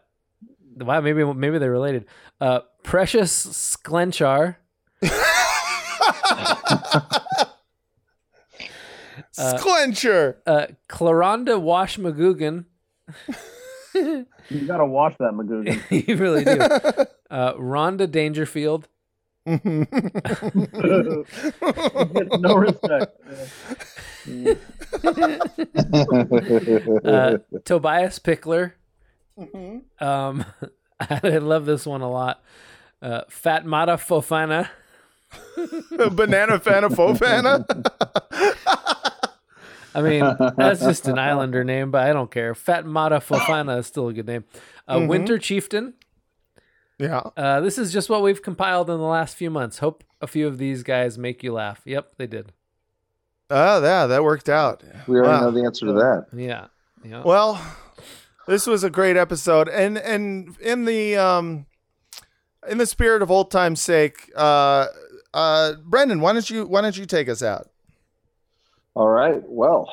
S2: Wow, maybe maybe they're related. Uh, Precious Sklenchar,
S3: Clincher.
S2: uh, Claronda Wash McGugan.
S5: You gotta watch that Magoogan.
S2: you really do. Uh, Rhonda Dangerfield,
S5: no respect.
S2: uh, Tobias Pickler. Um, I love this one a lot. Uh, Fatmata Fofana.
S3: Banana fana fofana.
S2: I mean, that's just an Islander name, but I don't care. Fatmata Fofana is still a good name. Uh,
S3: Mhm.
S2: Winter Chieftain.
S3: yeah.
S2: Uh, this is just what we've compiled in the last few months. Hope a few of these guys make you laugh. Yep, they did.
S3: Oh, yeah, that worked out.
S6: We already
S3: Wow.
S6: know the answer to that.
S2: Yeah. Yeah.
S3: Well, this was a great episode, and and in the um, in the spirit of old time's sake, uh, uh, Brendan, why don't you why don't you take us out?
S6: All right. Well,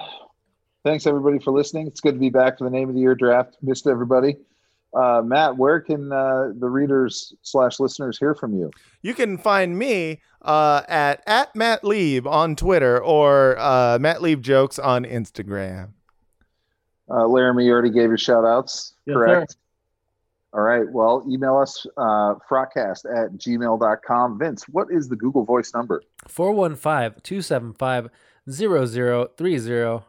S6: thanks everybody for listening. It's good to be back for the name of the year draft. Missed everybody. Uh, Matt, where can uh, the readers slash listeners hear from you?
S3: You can find me uh, at at Matt Lieb on Twitter or uh, Matt Lieb jokes on Instagram.
S6: Uh, Laramie, you already gave your shout outs,
S5: Yes,
S6: correct? All right. Well, email us uh, frogcast at gmail.com. Vince, what is the Google Voice number?
S2: 415 275 0030.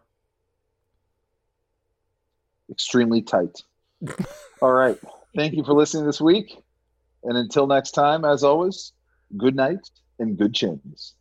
S6: Extremely tight. All right. Thank you for listening this week. And until next time, as always, good night and good champions.